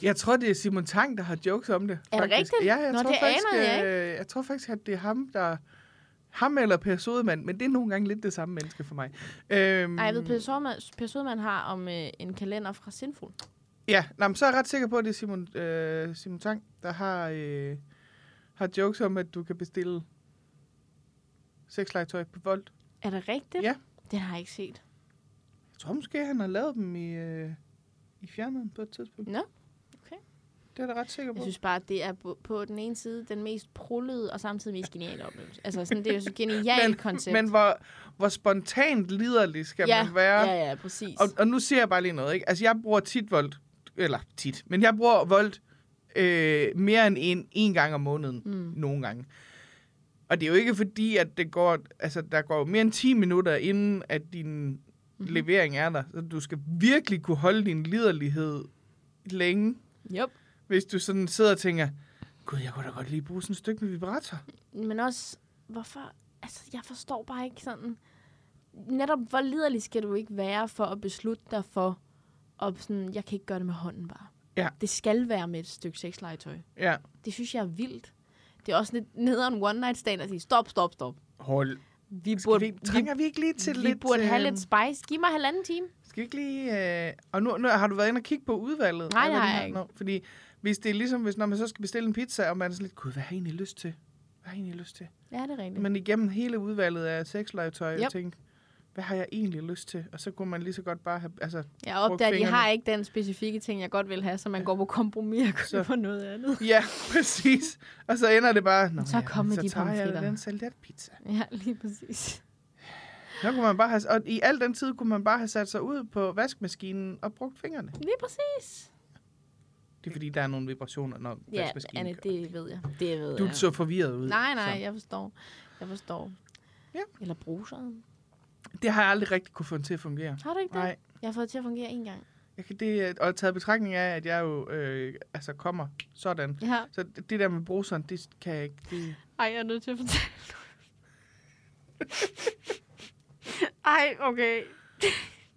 B: Jeg tror, det er Simon Tang, der har jokes om det.
A: Er det rigtigt?
B: Ja, jeg,
A: Nå,
B: tror
A: det
B: faktisk,
A: anede jeg
B: øh, jeg tror faktisk, at det er ham, der... Ham eller Per Sodemann, men det er nogle gange lidt det samme menneske for mig. Øhm,
A: Ej, jeg ved, Per Sodemann, per Sodemann har om øh, en kalender fra Sinful.
B: Ja, nej, men så er jeg ret sikker på, at det er Simon, øh, Simon Tang, der har, øh, har jokes om, at du kan bestille sexlegetøj på Volt.
A: Er det rigtigt?
B: Ja.
A: Det har jeg ikke set.
B: Jeg tror måske, han har lavet dem i, øh, i fjerneren på et tidspunkt.
A: Nå, okay.
B: Det er jeg da ret sikker på.
A: Jeg synes bare, at det er på, på den ene side den mest prullede og samtidig mest geniale oplevelse. Altså, sådan, det er jo så genialt koncept.
B: men hvor, hvor spontant liderlig skal
A: ja,
B: man være?
A: Ja, ja, præcis.
B: Og, og nu siger jeg bare lige noget, ikke? Altså, jeg bruger tit voldt, eller tit, men jeg bruger voldt øh, mere end en, en gang om måneden, mm. nogle gange. Og det er jo ikke fordi, at det går, altså, der går jo mere end 10 minutter, inden at din mm-hmm. levering er der. Så du skal virkelig kunne holde din liderlighed længe,
A: Yep.
B: hvis du sådan sidder og tænker, gud, jeg kunne da godt lige bruge sådan et stykke med vibrator.
A: Men også, hvorfor... Altså, jeg forstår bare ikke sådan... Netop, hvor liderlig skal du ikke være for at beslutte dig for, og sådan, jeg kan ikke gøre det med hånden bare.
B: Ja.
A: Det skal være med et stykke sexlegetøj.
B: Ja,
A: Det synes jeg er vildt. Det er også lidt nederen one night stand at sige, stop, stop, stop.
B: hold.
A: Vi
B: Skal
A: burde,
B: vi, trænger vi ikke lige til
A: vi,
B: lidt...
A: vi burde have
B: øh,
A: lidt spice. Giv mig halvanden time.
B: Skal vi ikke lige... Øh... Og nu, nu har du været inde og kigge på udvalget?
A: Nej,
B: Eller hvad
A: nej,
B: de har?
A: ikke.
B: Nå, fordi hvis det er ligesom, hvis, når man så skal bestille en pizza, og man er sådan lidt, gud, hvad har jeg egentlig lyst til? Hvad har jeg egentlig lyst til?
A: Ja, det er rigtigt.
B: Men igennem hele udvalget af sexlegetøj, yep.
A: Yep.
B: og tænke, hvad har jeg egentlig lyst til? Og så kunne man lige så godt bare have... Altså,
A: Jeg opdager, at de
B: fingrene.
A: har ikke den specifikke ting, jeg godt vil have, så man går på kompromis og
B: Så-
A: køber på noget andet.
B: ja, præcis. Og så ender det bare... Nå,
A: Så
B: ja,
A: kom med
B: så
A: de
B: tager jeg da
A: pomfritter."
B: den salatpizza.
A: Ja, lige præcis.
B: Så kunne man bare have... Og i al den tid kunne man bare have sat sig ud på vaskemaskinen og brugt fingrene.
A: Lige præcis.
B: Det er fordi, der er nogle vibrationer, når
A: Ja,
B: vaskemaskinen
A: Anne,
B: kører.
A: det ved jeg. Det ved
B: Du
A: jeg.
B: så forvirret ud.
A: Nej, nej,
B: så.
A: jeg forstår. Jeg forstår.
B: Ja.
A: Eller bruseren.
B: Det har jeg aldrig rigtig kunne få den til at fungere.
A: Har du ikke det?
B: Nej,
A: Jeg har fået det til at fungere en gang.
B: jeg kan det, og taget i betragtning af, at jeg jo øh, altså kommer sådan.
A: Ja.
B: Så det der med bruseren, det kan jeg ikke. Det...
A: Ej, jeg er nødt til at fortælle noget. Ej, okay.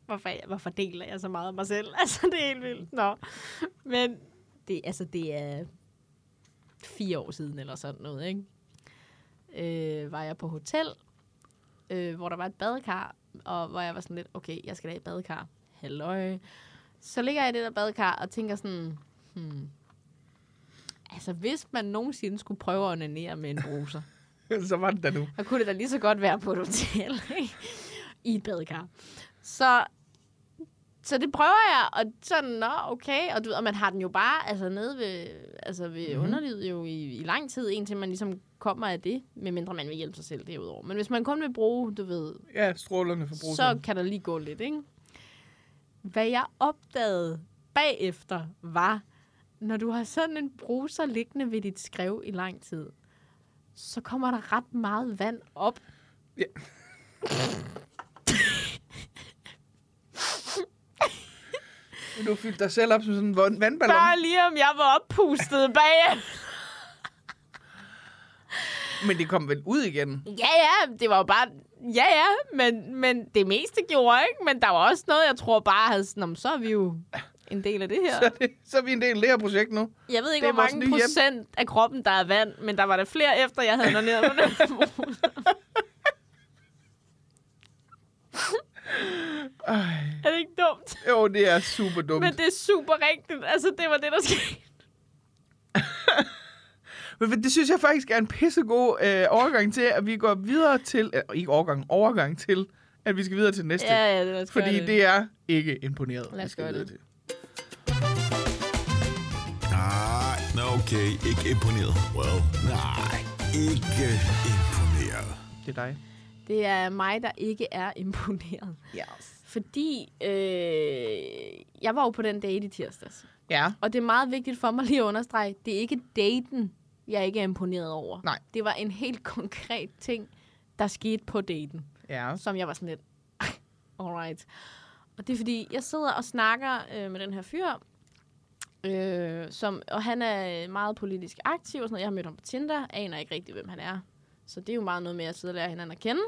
A: Hvorfor, hvorfor deler jeg så meget af mig selv? Altså, det er helt vildt. Nå. Men det, altså, det er fire år siden eller sådan noget, ikke? Øh, var jeg på hotel, øh, hvor der var et badekar, og hvor jeg var sådan lidt, okay, jeg skal da i badekar. Halløj. Så ligger jeg i det der badekar og tænker sådan, hmm, altså hvis man nogensinde skulle prøve at onanere med en bruser,
B: så var det der nu.
A: og kunne det da lige så godt være på et hotel, ikke? I et badekar. Så, så det prøver jeg, og sådan, nå, okay. Og, du, ved, og man har den jo bare altså, nede ved, altså, ved mm-hmm. underlivet jo i, i lang tid, indtil man ligesom kommer af det, medmindre man vil hjælpe sig selv derudover. Men hvis man kun vil bruge, du ved,
B: Ja, strålerne for bruseren.
A: så kan der lige gå lidt, ikke? Hvad jeg opdagede bagefter var, når du har sådan en bruser liggende ved dit skrev i lang tid, så kommer der ret meget vand op.
B: Ja. Men du fyldte dig selv op som sådan en vand- vandballon.
A: Bare lige om jeg var oppustet bag.
B: Men det kom vel ud igen?
A: Ja, ja, det var jo bare... Ja, ja, men, men det meste gjorde, ikke? Men der var også noget, jeg tror bare havde sådan, "Nå, så er vi jo en del af det her.
B: Så, er det, så er vi en del af det her projekt nu.
A: Jeg ved ikke,
B: Det er
A: hvor
B: vores
A: mange
B: nye hjem.
A: procent af kroppen, der er vand, men der var der flere efter, jeg havde ned med Er det ikke dumt?
B: Jo, det er super dumt.
A: Men det er super rigtigt. Altså, det var det, der skete.
B: Men det synes jeg faktisk er en pissegod øh, overgang til, at vi går videre til... Øh, ikke overgang, overgang til, at vi skal videre til næste.
A: Ja, ja, det var
B: fordi det. det er ikke imponeret.
A: Lad os
B: vi skal
A: gøre
B: videre
A: det.
B: til.
C: Nej, nå okay, ikke imponeret. Well, nej, ikke imponeret.
B: Det er dig.
A: det er mig, der ikke er imponeret.
B: Yes.
A: Fordi øh, jeg var jo på den date i tirsdags.
B: Ja.
A: Og det er meget vigtigt for mig lige at understrege, det er ikke daten, jeg ikke er imponeret over.
B: Nej.
A: Det var en helt konkret ting, der skete på daten.
B: Ja.
A: som jeg var sådan lidt, alright. Og det er fordi, jeg sidder og snakker øh, med den her fyr, øh, som, og han er meget politisk aktiv og sådan noget. Jeg har mødt ham på Tinder, aner ikke rigtig, hvem han er. Så det er jo meget noget med at sidde og lære hinanden at kende.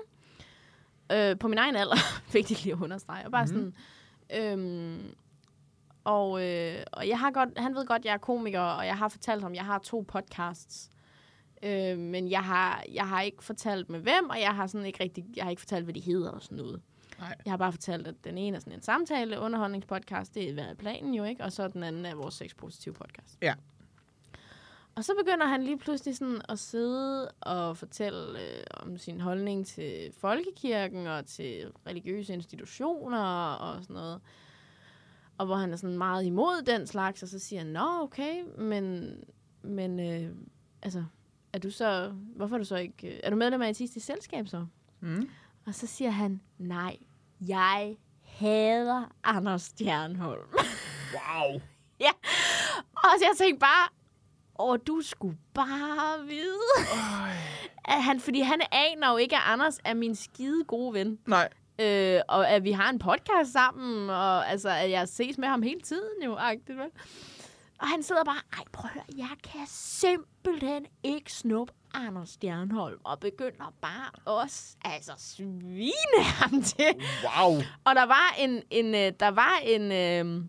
A: Øh, på min egen alder, vigtigt lige at understrege. Og bare mm. sådan, øhm, og, øh, og jeg har godt, han ved godt, at jeg er komiker, og jeg har fortalt ham, at jeg har to podcasts. Øh, men jeg har, jeg har ikke fortalt med hvem, og jeg har sådan ikke rigtig, jeg har ikke fortalt, hvad de hedder og sådan noget.
B: Nej.
A: Jeg har bare fortalt, at den ene er sådan en samtale, underholdningspodcast, det er været planen jo, ikke? Og så den anden er vores sexpositive podcast.
B: Ja.
A: Og så begynder han lige pludselig sådan at sidde og fortælle øh, om sin holdning til folkekirken og til religiøse institutioner og sådan noget. Og hvor han er sådan meget imod den slags, og så siger han, nå okay, men, men øh, altså, er du så, hvorfor er du så ikke, øh, er du medlem af et sidste selskab så?
B: Mm.
A: Og så siger han, nej, jeg hader Anders Stjernholm.
B: Wow.
A: ja, og så jeg tænkte bare, åh, du skulle bare vide, at han, fordi han aner jo ikke, at Anders er min skide gode ven.
B: Nej.
A: Øh, og at vi har en podcast sammen, og altså, at jeg ses med ham hele tiden jo, agtigt, vel? Og han sidder bare, ej, prøv at høre, jeg kan simpelthen ikke snuppe Anders Stjernholm, og begynder bare også, altså, svine ham til.
B: Wow.
A: Og der var en, en, øh, der var en, øh,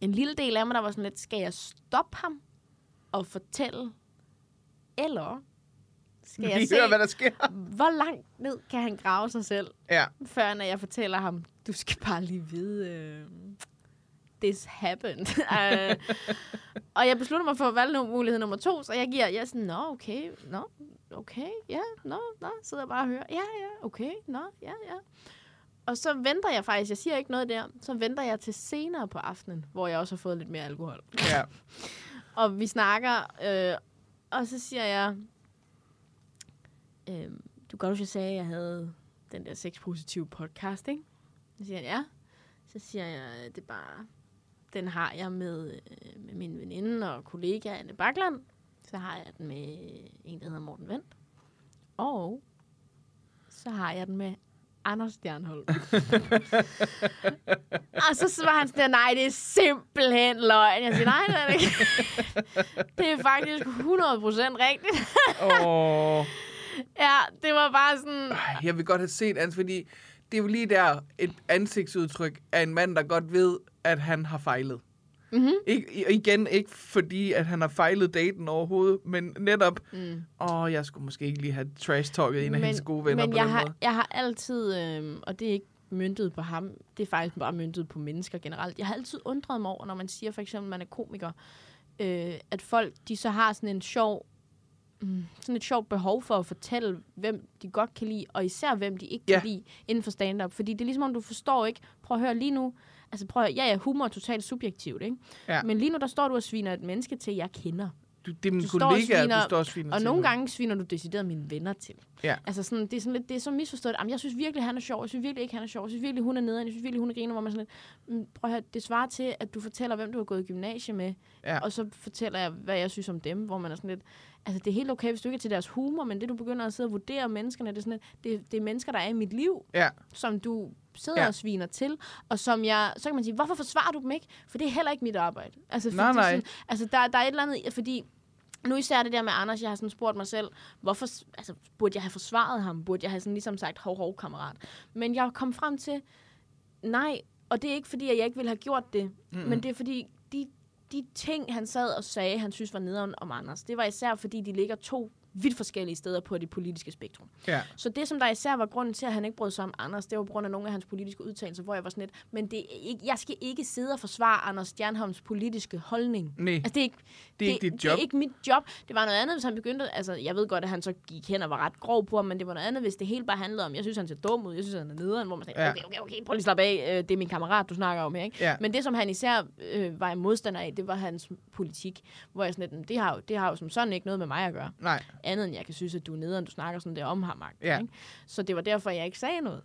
A: en lille del af mig, der var sådan lidt, skal jeg stoppe ham og fortælle, eller skal
B: Skal
A: jeg
B: jeg
A: se,
B: hører, hvad der sker.
A: hvor langt ned kan han grave sig selv?
B: Ja.
A: før når jeg fortæller ham, du skal bare lige vide, øh, this happened. Øh, og jeg beslutter mig for at valge nu- mulighed nummer to, så jeg giver, jeg er sådan, nå, okay, nå, okay, ja, nå, nå, sidder jeg bare og hører, ja, ja, okay, nå, ja, ja. Og så venter jeg faktisk, jeg siger ikke noget der, så venter jeg til senere på aftenen, hvor jeg også har fået lidt mere alkohol.
B: Ja.
A: Og vi snakker, øh, og så siger jeg, øh, du kan godt huske, jeg sagde, at jeg havde den der sexpositive podcast, ikke? Så siger han, ja. Så siger jeg, det er bare, den har jeg med, øh, med min veninde og kollega Anne Bakland. Så har jeg den med en, der hedder Morten Vendt. Og så har jeg den med Anders Stjernholm. og så var han sådan, der, nej, det er simpelthen løgn. Jeg siger, nej, det er det ikke. det er faktisk 100% rigtigt.
B: Åh.
A: ja, det var bare sådan,
B: Ej, Jeg vil godt have set hans, fordi det er jo lige der et ansigtsudtryk af en mand, der godt ved, at han har fejlet. Mm-hmm. Ikke, i- igen, ikke fordi, at han har fejlet daten overhovedet, men netop, mm. åh, jeg skulle måske ikke lige have trash-talket en af hendes gode venner
A: men
B: på
A: jeg
B: den
A: har,
B: måde.
A: jeg har altid, øh, og det er ikke myntet på ham, det er faktisk bare myntet på mennesker generelt. Jeg har altid undret mig over, når man siger for eksempel, at man er komiker, øh, at folk, de så har sådan en sjov, mm, sådan et sjovt behov for at fortælle, hvem de godt kan lide, og især hvem de ikke
B: Ja.
A: kan lide inden for stand-up. Fordi det er ligesom om, du forstår ikke, prøv at høre lige nu, altså prøv at høre, ja, ja, humor er totalt subjektivt, ikke?
B: Ja.
A: Men lige nu, der står du og sviner et menneske til, jeg kender.
B: Du, det er min
A: du står og
B: kollega,
A: sviner-
B: du står og sviner
A: Og
B: til
A: nogle
B: mig.
A: gange sviner du decideret mine venner til.
B: Ja.
A: Altså sådan, det er sådan lidt, det er så misforstået. Jamen, jeg synes virkelig, han er sjov. Jeg synes virkelig ikke, han er sjov. Jeg synes virkelig, hun er nederen. Jeg synes virkelig, hun er griner, hvor man sådan lidt, "Mm, prøv at høre, det svarer til, at du fortæller, hvem du har gået i gymnasie med.
B: Ja.
A: Og så fortæller jeg, hvad jeg synes om dem, hvor man er sådan lidt, altså det er helt okay, hvis du ikke er til deres humor, men det du begynder at sidde og vurdere menneskerne, det er sådan lidt, det, det er mennesker, der er i mit liv
B: Ja,
A: som du sidder
B: Ja.
A: ja. og sviner til, og som jeg, så kan man sige, hvorfor forsvarer du dem ikke? For det er heller ikke mit arbejde. Altså,
B: Nej,
A: fordi
B: nej.
A: Sådan, altså der, der er et eller andet, i- fordi nu især det der med Anders, jeg har sådan spurgt mig selv, hvorfor, s- altså, burde jeg have forsvaret ham? Burde jeg have sådan ligesom sagt, hov, hov, kammerat? Men jeg kom frem til, nej, og det er ikke fordi, at jeg ikke ville have gjort det, mm-hmm. men det er fordi, de, de ting, han sad og sagde, han synes var nederen om Anders, det var især fordi, de ligger to vidt forskellige steder på det politiske spektrum.
B: Ja.
A: Så det, som der især var grunden til, at han ikke brød sig om Anders, det var på grund af nogle af hans politiske udtalelser, hvor jeg var sådan lidt, men det er ikke, jeg skal ikke sidde og forsvare Anders Stjernholms politiske holdning.
B: Nej.
A: Altså, det er ikke,
B: Det er ikke dit
A: Det er
B: job.
A: ikke mit job. Det var noget andet, hvis han begyndte... Altså, jeg ved godt, at han så gik hen og var ret grov på ham, men det var noget andet, hvis det hele bare handlede om, jeg synes, han ser dum ud, jeg synes, han er nederen, hvor man tænker,
B: Ja.
A: ja. okay, okay, okay, prøv lige at slappe af, øh, det er min kammerat, du snakker om her, ikke?
B: Ja.
A: Men det, som han især øh, var en modstander af, det var hans politik, hvor jeg sådan lidt, det har, jo, det har jo som sådan ikke noget med mig at gøre
B: Nej.
A: andet end jeg kan synes, at du er nederen, du snakker sådan der om ham.
B: Ja.
A: Ja. Ikke? Så det var derfor, jeg ikke sagde noget.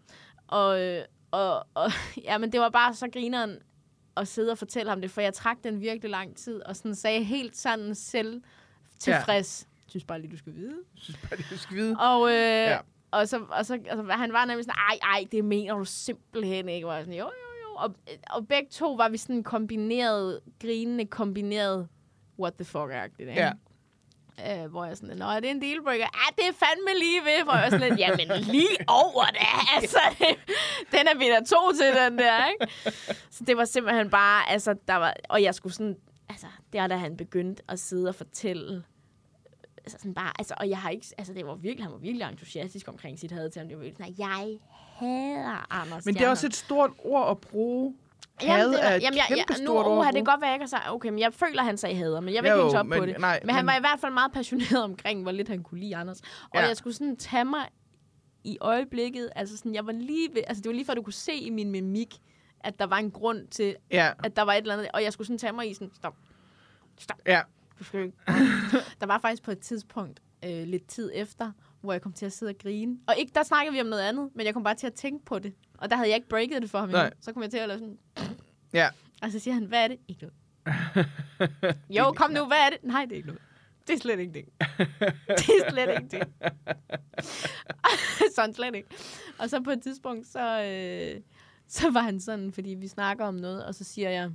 A: Og, øh, og, og ja, men det var bare så grineren at sidde og fortælle ham det, for jeg trak den virkelig lang tid, og sådan sagde helt sådan selv tilfreds. Ja. Synes bare lige, du skal vide.
B: Jeg synes bare, det er skide.
A: Og, øh,
B: Ja.
A: ja. og, så, og så, altså, han var nemlig sådan, ej, ej, det mener du simpelthen ikke. Hvor jeg sådan, jo, jo, jo. Og, og begge to var vi sådan kombineret, grinende kombineret, what the fuck-agtigt, ikke?
B: Ja.
A: Øh, hvor jeg sådan, nå, er det en dealbreaker? Ja, det er fandme lige ved, hvor jeg sådan lidt, jamen lige over det, altså, den er vi da to til, den der, ikke? Så det var simpelthen bare, altså, der var, og jeg skulle sådan, altså, der da han begyndte at sidde og fortælle, altså sådan bare, altså, og jeg har ikke, altså, det var virkelig, han var virkelig entusiastisk omkring sit had til ham, det var virkelig sådan, jeg hader Anders
B: Men det er
A: Stjernholm."
B: også et stort ord at bruge.
A: Jamen,
B: Had
A: det
B: er
A: var,
B: et
A: jamen, jeg, jeg, nu
B: kæmpestort ord
A: uha,
B: at
A: det
B: bruge.
A: kan godt være, jeg ikke har sagt, okay, men jeg føler, at han sagde hader, men jeg vil
B: Jo,
A: ikke hænge sig op
B: men-
A: på det.
B: nej,
A: men han
B: men-
A: var i hvert fald meget passioneret omkring, hvor lidt han kunne lide Anders. Og
B: Ja.
A: ja. jeg skulle sådan tage mig i øjeblikket, altså sådan, jeg var lige ved, altså det var lige før, du kunne se i min mimik, at der var en grund til,
B: Ja.
A: at der var et eller andet, og jeg skulle sådan tage mig i sådan, stop,
B: Ja.
A: du skal ikke. Der var faktisk på et tidspunkt, øh, lidt tid efter, hvor jeg kom til at sidde og grine. Og ikke, der snakkede vi om noget andet, men jeg kom bare til at tænke på det. Og der havde jeg ikke breaket det for ham endnu.
B: Nej.
A: Så kom jeg til at lave sådan,
B: Ja.
A: og så siger han, hvad er det? Ikke noget. jo, kom nu, hvad er det? Nej, det er ikke noget. Det er slet ikke det. Det er slet ikke det. sådan slet ikke. Og så på et tidspunkt, så, øh, så var han sådan, fordi vi snakker om noget, og så siger jeg,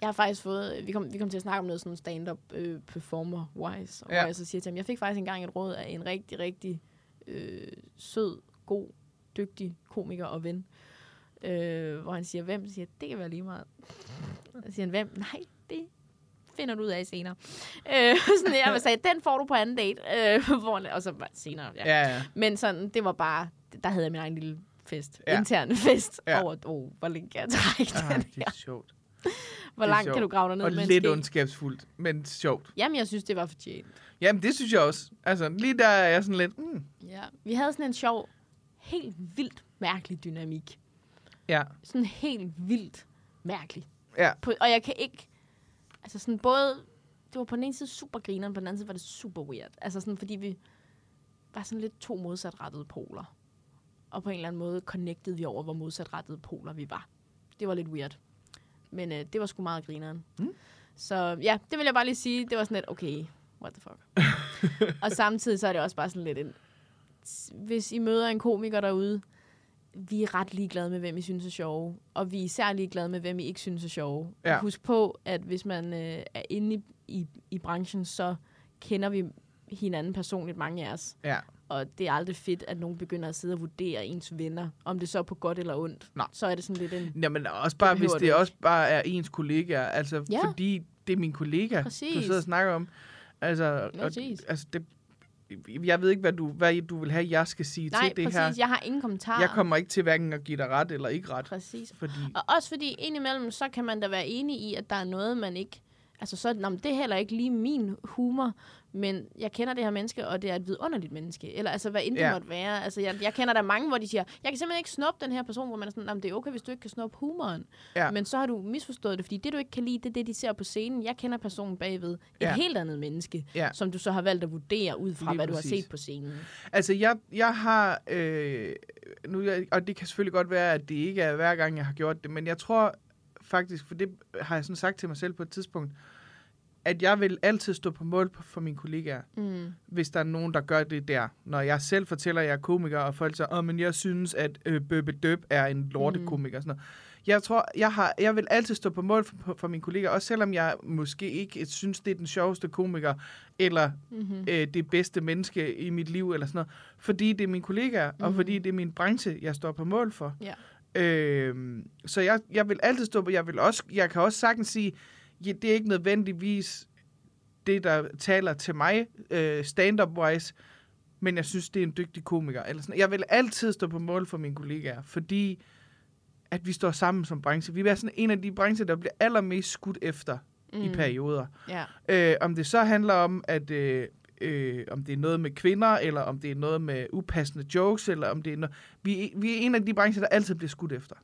A: jeg har faktisk fået, vi kom, vi kom til at snakke om noget sådan stand-up øh, performer-wise, og
B: Ja.
A: ja. hvor jeg så siger til ham, jeg fik faktisk engang et råd af en rigtig, rigtig øh, sød, god, dygtig komiker og ven, øh, hvor han siger, hvem? Så siger jeg, det kan være lige meget. Så siger han, hvem? Nej, det finder du ud af senere. Øh, sådan, jeg sagde, den får du på anden date. Øh, hvor, han- og så bare senere. Ja.
B: Ja, ja.
A: Men sådan, det var bare, der havde jeg min egen lille fest.
B: Ja.
A: Ja. Intern fest.
B: Ja.
A: Ja. Over, oh, hvor længe kan jeg trække
B: Ah,
A: den
B: det
A: her?
B: er sjovt.
A: Hvor
B: det er
A: langt
B: sjovt.
A: kan du grave dig ned
B: Og
A: med en
B: lidt
A: ske?
B: ondskabsfuldt, men sjovt.
A: Jamen, jeg synes, det var fortjent.
B: Jamen, det synes jeg også. Altså, lige der er jeg sådan lidt, mm,
A: Ja. Vi havde sådan en sjov, helt vildt mærkelig dynamik.
B: ja,
A: Sådan helt vildt mærkelig.
B: ja,
A: På, og jeg kan ikke... Altså sådan både... Det var på den ene side super grineren, på den anden side var det super weird. Altså sådan, fordi vi var sådan lidt to modsatrettede poler. Og på en eller anden måde connectede vi over, hvor modsatrettede poler vi var. Det var lidt weird. Men øh, det var sgu meget grineren. Mm. Så ja, det vil jeg bare lige sige. Det var sådan lidt, okay, what the fuck. og samtidig så er det også bare sådan lidt en... Hvis I møder en komiker derude, vi er ret ligeglade med, hvem I synes er sjove. Og vi er især ligeglade med, hvem I ikke synes er sjove.
B: Ja.
A: Ja. Husk på, at hvis man øh, er inde i, i, i branchen, så kender vi hinanden personligt, mange af os.
B: ja.
A: Og det er aldrig fedt, at nogen begynder at sidde og vurdere ens venner. Om det så er på godt eller ondt.
B: Nej.
A: Så er det sådan lidt en...
B: Jamen, også bare, hvis
A: behøver
B: det
A: du
B: også bare er ens kollegaer. Altså, ja.
A: Ja.
B: fordi det er min kollega, du
A: Præcis.
B: sidder og snakker om. Altså, og,
A: Præcis.
B: altså det, jeg ved ikke, hvad du, hvad du vil have, jeg skal sige
A: Nej,
B: til det
A: præcis.
B: her.
A: Jeg har ingen kommentarer.
B: Jeg kommer ikke til hverken at give dig ret eller ikke ret.
A: Præcis.
B: Fordi,
A: Og også fordi indimellem, så kan man da være enig i, at der er noget, man ikke... Altså så, nå, men det er heller ikke lige min humor, men jeg kender det her menneske, og det er et vidunderligt menneske. Eller altså, hvad end det
B: Ja.
A: ja. måtte være. Altså, jeg, jeg kender der mange, hvor de siger, jeg kan simpelthen ikke snuppe den her person, hvor man er sådan, "Nå, men det er okay, hvis du ikke kan snuppe humoren.
B: Ja.
A: Ja. Men så har du misforstået det, fordi det, du ikke kan lide, det er det, de ser på scenen. Jeg kender personen bagved. Et
B: Ja.
A: ja. helt andet menneske,
B: Ja.
A: ja. som du så har valgt at vurdere ud fra,
B: Lige
A: hvad du har
B: præcis.
A: set på scenen.
B: altså, jeg, jeg har... Øh, nu, er jeg, og det kan selvfølgelig godt være, at det ikke er hver gang, jeg har gjort det, men jeg tror faktisk, for det har jeg sådan sagt til mig selv på et tidspunkt, at jeg vil altid stå på mål for mine kollegaer.
A: Mm.
B: hvis der er nogen, der gør det der. Når jeg selv fortæller, at jeg er komiker, og folk siger, åh, men jeg synes, at øh, Bøbe Døb er en lortekomiker. Mm. Sådan noget. Jeg tror, jeg, har, jeg vil altid stå på mål for, for mine kolleger, også selvom jeg måske ikke synes, det er den sjoveste komiker, eller mm-hmm. øh, det bedste menneske i mit liv, eller sådan noget. Fordi det er mine kollegaer, mm-hmm. og fordi det er min branche, jeg står på mål for.
A: Ja.
B: Øh, så jeg, jeg vil altid stå på, jeg, vil også, jeg kan også sagtens sige, ja, det er ikke nødvendigvis det, der taler til mig øh, stand-up-wise, men jeg synes, det er en dygtig komiker. Eller sådan. Jeg vil altid stå på mål for mine kollegaer, fordi at vi står sammen som branche. Vi er sådan en af de brancher, der bliver allermest skudt efter mm. i perioder.
A: Ja.
B: Øh, om det så handler om, at øh, øh, om det er noget med kvinder, eller om det er noget med upassende jokes, eller om det er noget... Vi, er- vi er en af de brancher, der altid bliver skudt efter.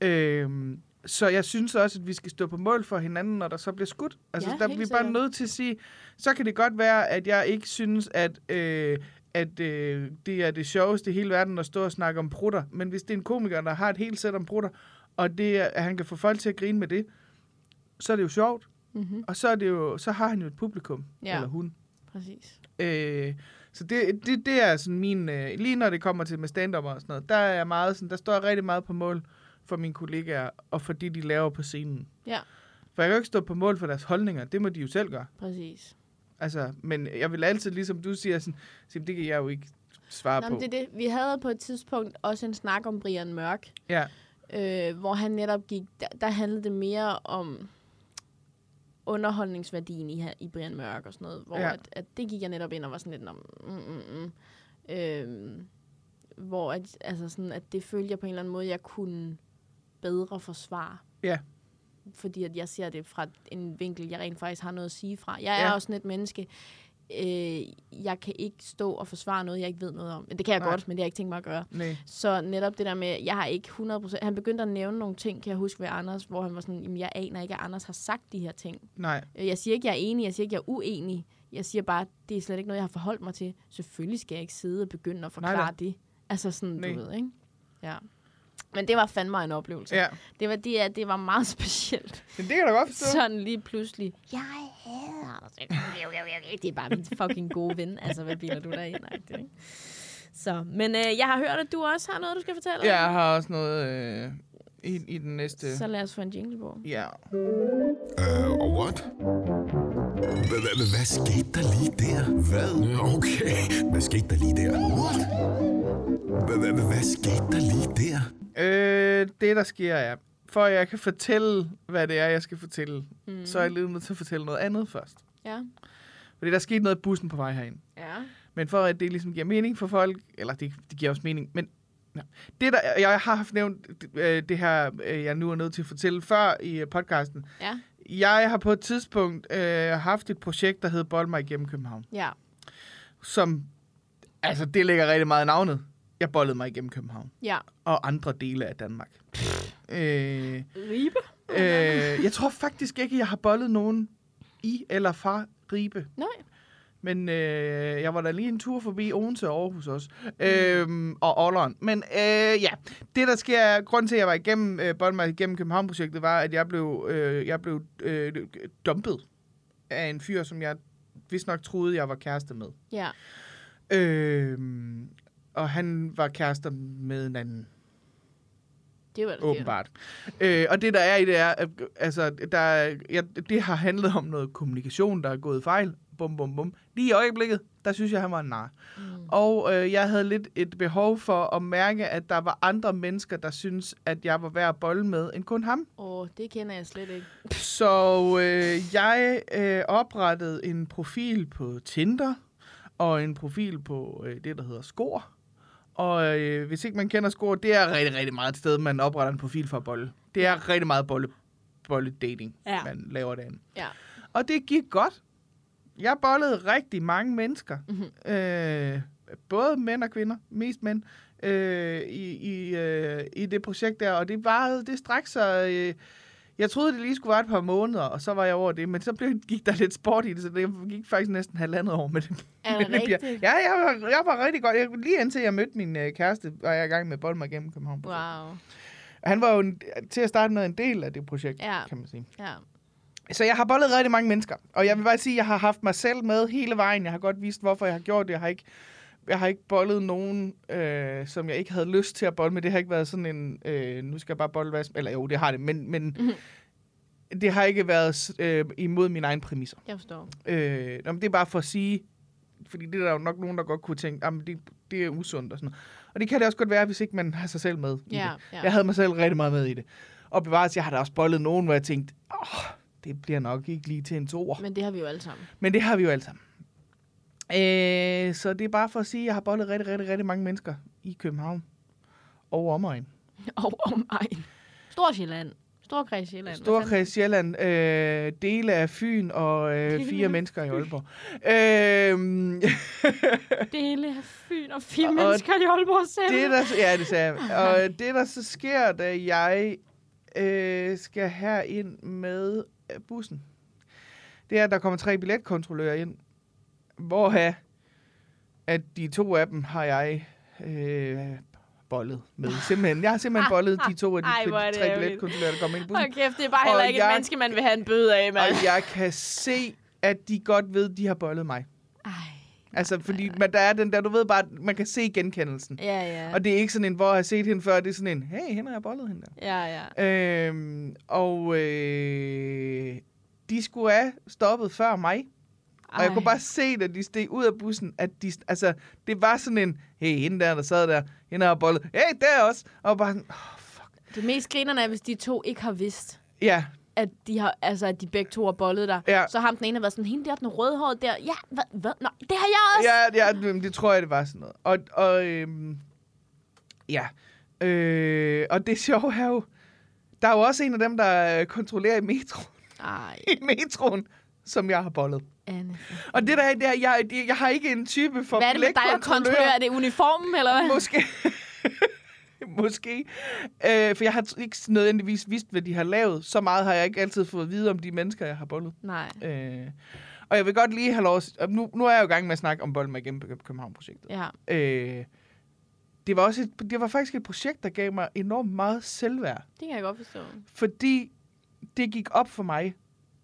A: Mm.
B: Øhm, så jeg synes også, at vi skal stå på mål for hinanden, når der så bliver skudt. Altså,
A: Ja,
B: der
A: helt
B: er vi bare
A: sikkert.
B: nødt til at sige, så kan det godt være, at jeg ikke synes, at, øh, at øh, det er det sjoveste i hele verden at stå og snakke om prutter. Men hvis det er en komiker, der har et helt sæt om prutter, og det er, at han kan få folk til at grine med det, så er det jo sjovt.
A: Mm-hmm.
B: Og så, er det jo, så har han jo et publikum,
A: Ja.
B: eller hun.
A: Præcis.
B: Øh, så det, det, det er sådan min... Øh, lige når det kommer til med stand og sådan noget, der, er jeg meget sådan, der står jeg rigtig meget på mål for mine kollegaer og for det, de laver på scenen.
A: Ja,
B: For jeg kan jo ikke stå på mål for deres holdninger. Det må de jo selv gøre.
A: præcis.
B: Altså, men jeg vil altid, ligesom du siger, sådan, sige, det kan jeg jo ikke svare
A: Nå,
B: på.
A: men det er det. Vi havde på et tidspunkt også en snak om Brian Mørk,
B: Ja,
A: øh, hvor han netop gik, der, der handlede det mere om underholdningsværdien i, ha- i Brian Mørk og sådan noget, hvor
B: Ja.
A: ja. at, at det gik jeg netop ind og var sådan lidt om, mm, mm, mm. Øh, hvor at, altså sådan, at det følte jeg på en eller anden måde, jeg kunne bedre forsvare.
B: Ja.
A: Fordi at jeg ser det fra en vinkel, jeg rent faktisk har noget at sige fra. Jeg er
B: Ja.
A: ja. også sådan et menneske, øh, jeg kan ikke stå og forsvare noget, jeg ikke ved noget om. Det kan jeg
B: Nej.
A: Nej. godt, men det har jeg ikke tænkt mig at gøre.
B: nej.
A: Så netop det der med, jeg har ikke 100%... Han begyndte at nævne nogle ting, kan jeg huske ved Anders, hvor han var sådan, jamen jeg aner ikke, at Anders har sagt de her ting.
B: Nej,
A: Øh, Jeg siger ikke, jeg er enig, jeg siger ikke, jeg er uenig. Jeg siger bare, det er slet ikke noget, jeg har forholdt mig til. Selvfølgelig skal jeg ikke sidde og begynde at forklare
B: Nej
A: Nej, det. Altså sådan,
B: Nej.
A: du ved, ikke? Ja. Men det var fandme en oplevelse.
B: ja.
A: Det, var, det, er- det var meget specielt.
B: Men det kan jeg da godt forstå.
A: Sådan lige pludselig. Jeg hader Anders Vind." Det er bare min fucking gode ven. Altså, hvad biler du der ind? Ikke? Så, men øh, jeg har hørt, at du også har noget, du skal fortælle.
B: Jeg har også noget øh, i, i den næste...
A: Så lad os få en jingle på.
B: Ja.
C: Øh, og what? Hva- hva- hva- Hvad skete der lige der? Hvad? Nå, Okay. Hvad skete der lige der? What? Hva- hva- hva- Hvad skete der lige der?
B: Øh, det, der sker, er, for at jeg kan fortælle, hvad det er, jeg skal fortælle, mm. så er jeg lidt nødt til at fortælle noget andet først.
A: Ja.
B: Fordi der skete noget i bussen på vej herind.
A: Ja.
B: Men for at det ligesom giver mening for folk, eller det, det giver også mening, men ja. det der, jeg har haft nævnt øh, det her, øh, jeg nu er nødt til at fortælle før i øh, podcasten.
A: Ja.
B: Jeg har på et tidspunkt øh, haft et projekt, der hed Bold mig igennem København,
A: Ja.
B: som, altså det ligger rigtig meget i navnet. Jeg bollede mig igennem København
A: Ja.
B: og andre dele af Danmark. øh,
A: Ribe?
B: Øh, jeg tror faktisk ikke, jeg har bollet nogen i eller fra Ribe.
A: Nej.
B: Men øh, jeg var da lige en tur forbi Odense og Aarhus også. Øhm, og Ålderen. Men øh, ja, det der sker, er- grunden til, at jeg var igennem, øh, bollet mig igennem København-projektet, var, at jeg blev, øh, jeg blev øh, dumpet af en fyr, som jeg vist nok troede, jeg var kæreste med.
A: Ja.
B: Øh, og han var kærester med en anden.
A: Det var det.
B: Åbenbart. Øh, og det, der er i det, er, at, altså, der, er- ja, det har handlet om noget kommunikation, der er gået fejl. Bum, bum, bum. Lige i øjeblikket, der synes jeg, han var en nar. Mm. Og øh, jeg havde lidt et behov for at mærke, at der var andre mennesker, der synes at jeg var værd at bolle med, end kun ham.
A: Åh, det kender jeg slet ikke.
B: Så øh, jeg øh, oprettede en profil på Tinder, og en profil på øh, det, der hedder Skor. Og øh, hvis ikke man kender Skor, det er rigtig, rigtig meget et sted, man opretter en profil for at bolle. Det er rigtig meget bolle, bolle dating,
A: Ja.
B: man laver derinde.
A: Ja.
B: Og det gik godt. Jeg bollede rigtig mange mennesker. Mm-hmm. Øh, både mænd og kvinder, mest mænd, øh, i, i, øh, i det projekt der. Og det, varede, det strak sig... Øh, jeg troede, det lige skulle være et par måneder, og så var jeg over det. Men så blev, gik der lidt sport i det, så det gik faktisk næsten halvandet år med det.
A: Er
B: med
A: det
B: det piger.
A: rigtigt?
B: Ja, jeg var, jeg var rigtig godt. Jeg, lige indtil jeg mødte min øh, kæreste, var jeg i gang med at bolde mig igennem København.
A: Wow.
B: Han var jo en, til at starte med en del af det projekt,
A: Ja.
B: kan man sige.
A: Ja.
B: Så jeg har bollet rigtig mange mennesker, og jeg vil bare sige, at jeg har haft mig selv med hele vejen. Jeg har godt vist, hvorfor jeg har gjort det. Jeg har ikke jeg har ikke bollet nogen, øh, som jeg ikke havde lyst til at bolle med. Det har ikke været sådan en, øh, nu skal jeg bare bolle hvad som- Eller jo, det har det, men, men det har ikke været s- øh, imod mine egne præmisser.
A: Jeg forstår.
B: Øh, nå, men det er bare for at sige, fordi det er der jo nok nogen, der godt kunne tænke, at det, det er usundt og sådan noget. Og det kan det også godt være, hvis ikke man har sig selv med i
A: Ja,
B: det.
A: ja.
B: Jeg havde mig selv rigtig meget med i det. Og bevares, jeg har da også bollet nogen, hvor jeg tænkte, åh, det bliver nok ikke lige til en toer.
A: Men det har vi jo alle sammen.
B: Men det har vi jo alle sammen. Øh, så det er bare for at sige, at jeg har bollet rigtig, rigtig, rigtig mange mennesker i København. Og omegn.
A: Og om egen. Stor Sjælland. Stor Kreds Sjælland.
B: Storkreds Sjælland, øh, dele af Fyn og øh, fire mennesker i Aalborg. Øh,
A: Dele af Fyn og fire
B: Og-
A: og mennesker i Aalborg selv.
B: det der, ja, det sagde jeg. Og øh, det, der så sker, da jeg øh, skal herind med øh, bussen, det er, at der kommer tre billetkontrollører ind, hvor at de to af dem har jeg øh, bollet med. Simpelthen, jeg har simpelthen bollet de to af de
A: Ej, hvor er det
B: tre
A: ærgerligt.
B: billetkontrollører, der kommer ind i bussen.
A: Hold kæft, det er bare
B: Og
A: heller ikke
B: jeg-
A: et menneske, man vil have en bøde af, mand.
B: Og jeg kan se, at de godt ved, de har bollet mig.
A: Ej.
B: Altså, fordi man, der er den der, du ved bare, man kan se genkendelsen.
A: Ja, ja.
B: Og det er ikke sådan en, hvor jeg har set hende før, det er sådan en, hey, hende har jeg bollet hende der.
A: Ja, ja.
B: Øhm, og øh, de skulle have stoppet før mig. Og jeg
A: Ej.
B: kunne bare se, da de steg ud af bussen, at de, altså, det var sådan en, hey, hende der, der sad der, hende har bollet, hey, der også. Og bare sådan, oh, fuck.
A: Det mest grinerne er, hvis de to ikke har vidst,
B: Ja,
A: at de, har, altså, at de begge to har bollet dig.
B: Ja.
A: Så ham den ene har været sådan, hende der, den rødhårede der. Ja, hvad? hvad? Nå, det har jeg også.
B: ja, ja, det det tror jeg, det var sådan noget. Og, og øhm, ja, øh, og det sjove er jo, der er jo også en af dem, der øh, kontrollerer i metroen,
A: Ej,
B: i metroen som jeg har bollet.
A: Anne.
B: Og det der er, det er jeg, det- jeg har ikke en type for
A: Hvad er det med dig, der kontrollerer? Er det uniformen, eller hvad?
B: Måske. Måske. Øh, for jeg har t- ikke nødvendigvis vidst, hvad de har lavet. Så meget har jeg ikke altid fået at vide om de mennesker, jeg har bollet.
A: Nej.
B: Øh, og jeg vil godt lige have lov at... s- og Nu, nu er jeg jo i gang med at snakke om bolden med gennem København-projektet.
A: Ja.
B: Øh, det, var også et, det var faktisk et projekt, der gav mig enormt meget selvværd.
A: Det kan jeg godt forstå.
B: Fordi det gik op for mig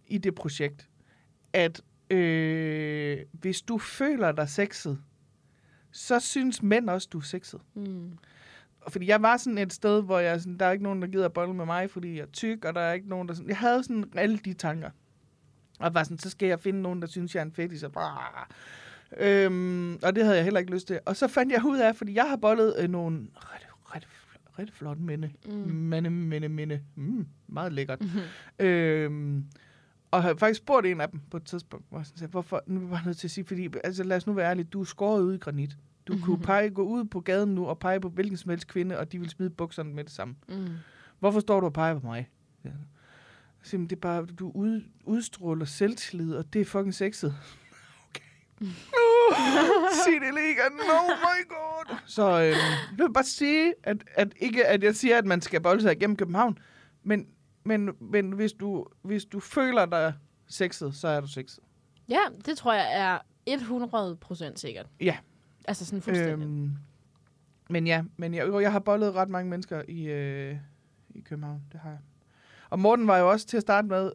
B: i det projekt, at øh, hvis du føler dig sexet, så synes mænd også, du er sexet.
A: Mm.
B: Og Fordi jeg var sådan et sted, hvor jeg sådan, der er ikke nogen, der gider at bolle med mig, fordi jeg er tyk, og der er ikke nogen, der sådan... Jeg havde sådan alle de tanker. Og var sådan, så skal jeg finde nogen, der synes, jeg er en fedt, så bare... Øhm, og det havde jeg heller ikke lyst til. Og så fandt jeg ud af, fordi jeg har bollet øh, nogle rigtig, rigtig, fl- rigtig flotte minde. Mm. Minde, minde, minde. Mm, meget lækkert. Mm-hmm. Øhm, og jeg har faktisk spurgt en af dem på et tidspunkt, hvor jeg sådan sagde, hvorfor, nu er jeg bare nødt til at sige, fordi, altså lad os nu være ærlige, du er skåret ud i granit. Du kunne pege, gå ud på gaden nu og pege på hvilken som helst kvinde, og de vil smide bukserne med det samme.
A: Mm.
B: Hvorfor står du og peger på mig? Ja. Simpelthen, det er bare, du ud, udstråler selvtillid, og det er fucking sexet. Okay. No. Sig det lige igen. Oh my god. Så øhm, jeg vil bare sige, at, at ikke at jeg siger, at man skal bolde sig igennem København, men, men, men hvis, du, hvis du føler dig sexet, så er du sexet.
A: Ja, det tror jeg er 100 procent sikkert.
B: Ja.
A: Altså sådan fuldstændig. Øhm.
B: men ja, men jeg, jo, jeg har bollet ret mange mennesker i, øh, i København, det har jeg. Og Morten var jo også til at starte med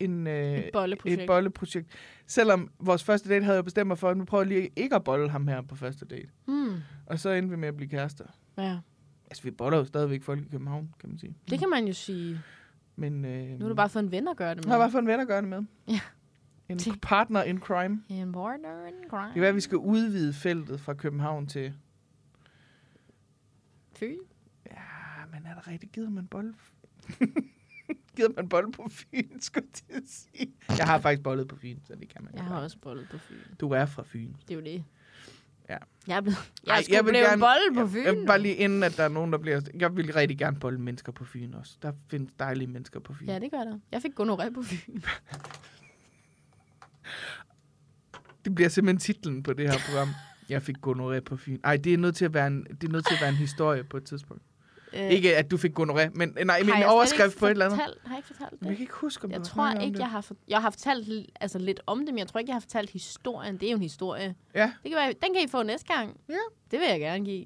B: en, øh,
A: Et bolleprojekt.
B: et bolleprojekt. Selvom vores første date havde jeg bestemt mig for, at nu prøver jeg lige ikke at bolle ham her på første date.
A: Mm.
B: Og så endte vi med at blive kærester.
A: Ja.
B: Altså, vi boller jo stadigvæk folk i København, kan man sige.
A: Det kan man jo sige.
B: Men, øh,
A: Nu har du bare fået en ven at gøre det
B: Jeg har
A: med.
B: bare fået en ven at gøre det med.
A: Ja.
B: En
A: Det-
B: partner in crime.
A: En border in crime.
B: Det er, hvad vi skal udvide feltet fra København til
A: Fy.
B: Ja, Ah, men er det rigtigt? Gider man bold? Gider man bold på Fyn, skulle jeg til at sige. Jeg har faktisk boldet på Fyn, så det kan man
A: Jeg
B: jo
A: har
B: godt.
A: også bollet på Fyn.
B: Du er fra Fyn.
A: Det er jo det.
B: Ja.
A: Jeg er blevet... Jeg,
B: Ej,
A: skulle jeg blive gerne... bollet på Fyn.
B: Jeg, jeg, bare lige inden, at der er nogen, der bliver... Jeg vil rigtig gerne bolde mennesker på Fyn også. Der findes dejlige mennesker på Fyn.
A: Ja, det gør der. Jeg fik gonoré på Fyn.
B: Det bliver simpelthen titlen på det her program. Jeg fik gonoré på Fyn. Ej, det er nødt til at være en, det er nødt til at være en historie på et tidspunkt.
A: Øh,
B: Ikke, at du fik gonoré, men nej,
A: har
B: men en
A: jeg slet
B: overskrift
A: ikke
B: på et eller andet.
A: Fortalt, har jeg ikke fortalt
B: Jeg
A: det?
B: kan ikke huske, om
A: Jeg
B: du har
A: tror
B: snakket om
A: ikke,
B: det.
A: jeg har, for... jeg har fortalt l- altså, lidt om det, men jeg tror ikke, jeg har fortalt historien. Det er jo en historie.
B: Ja.
A: Det kan være, den kan I få næste gang.
B: Ja.
A: Det vil jeg gerne give.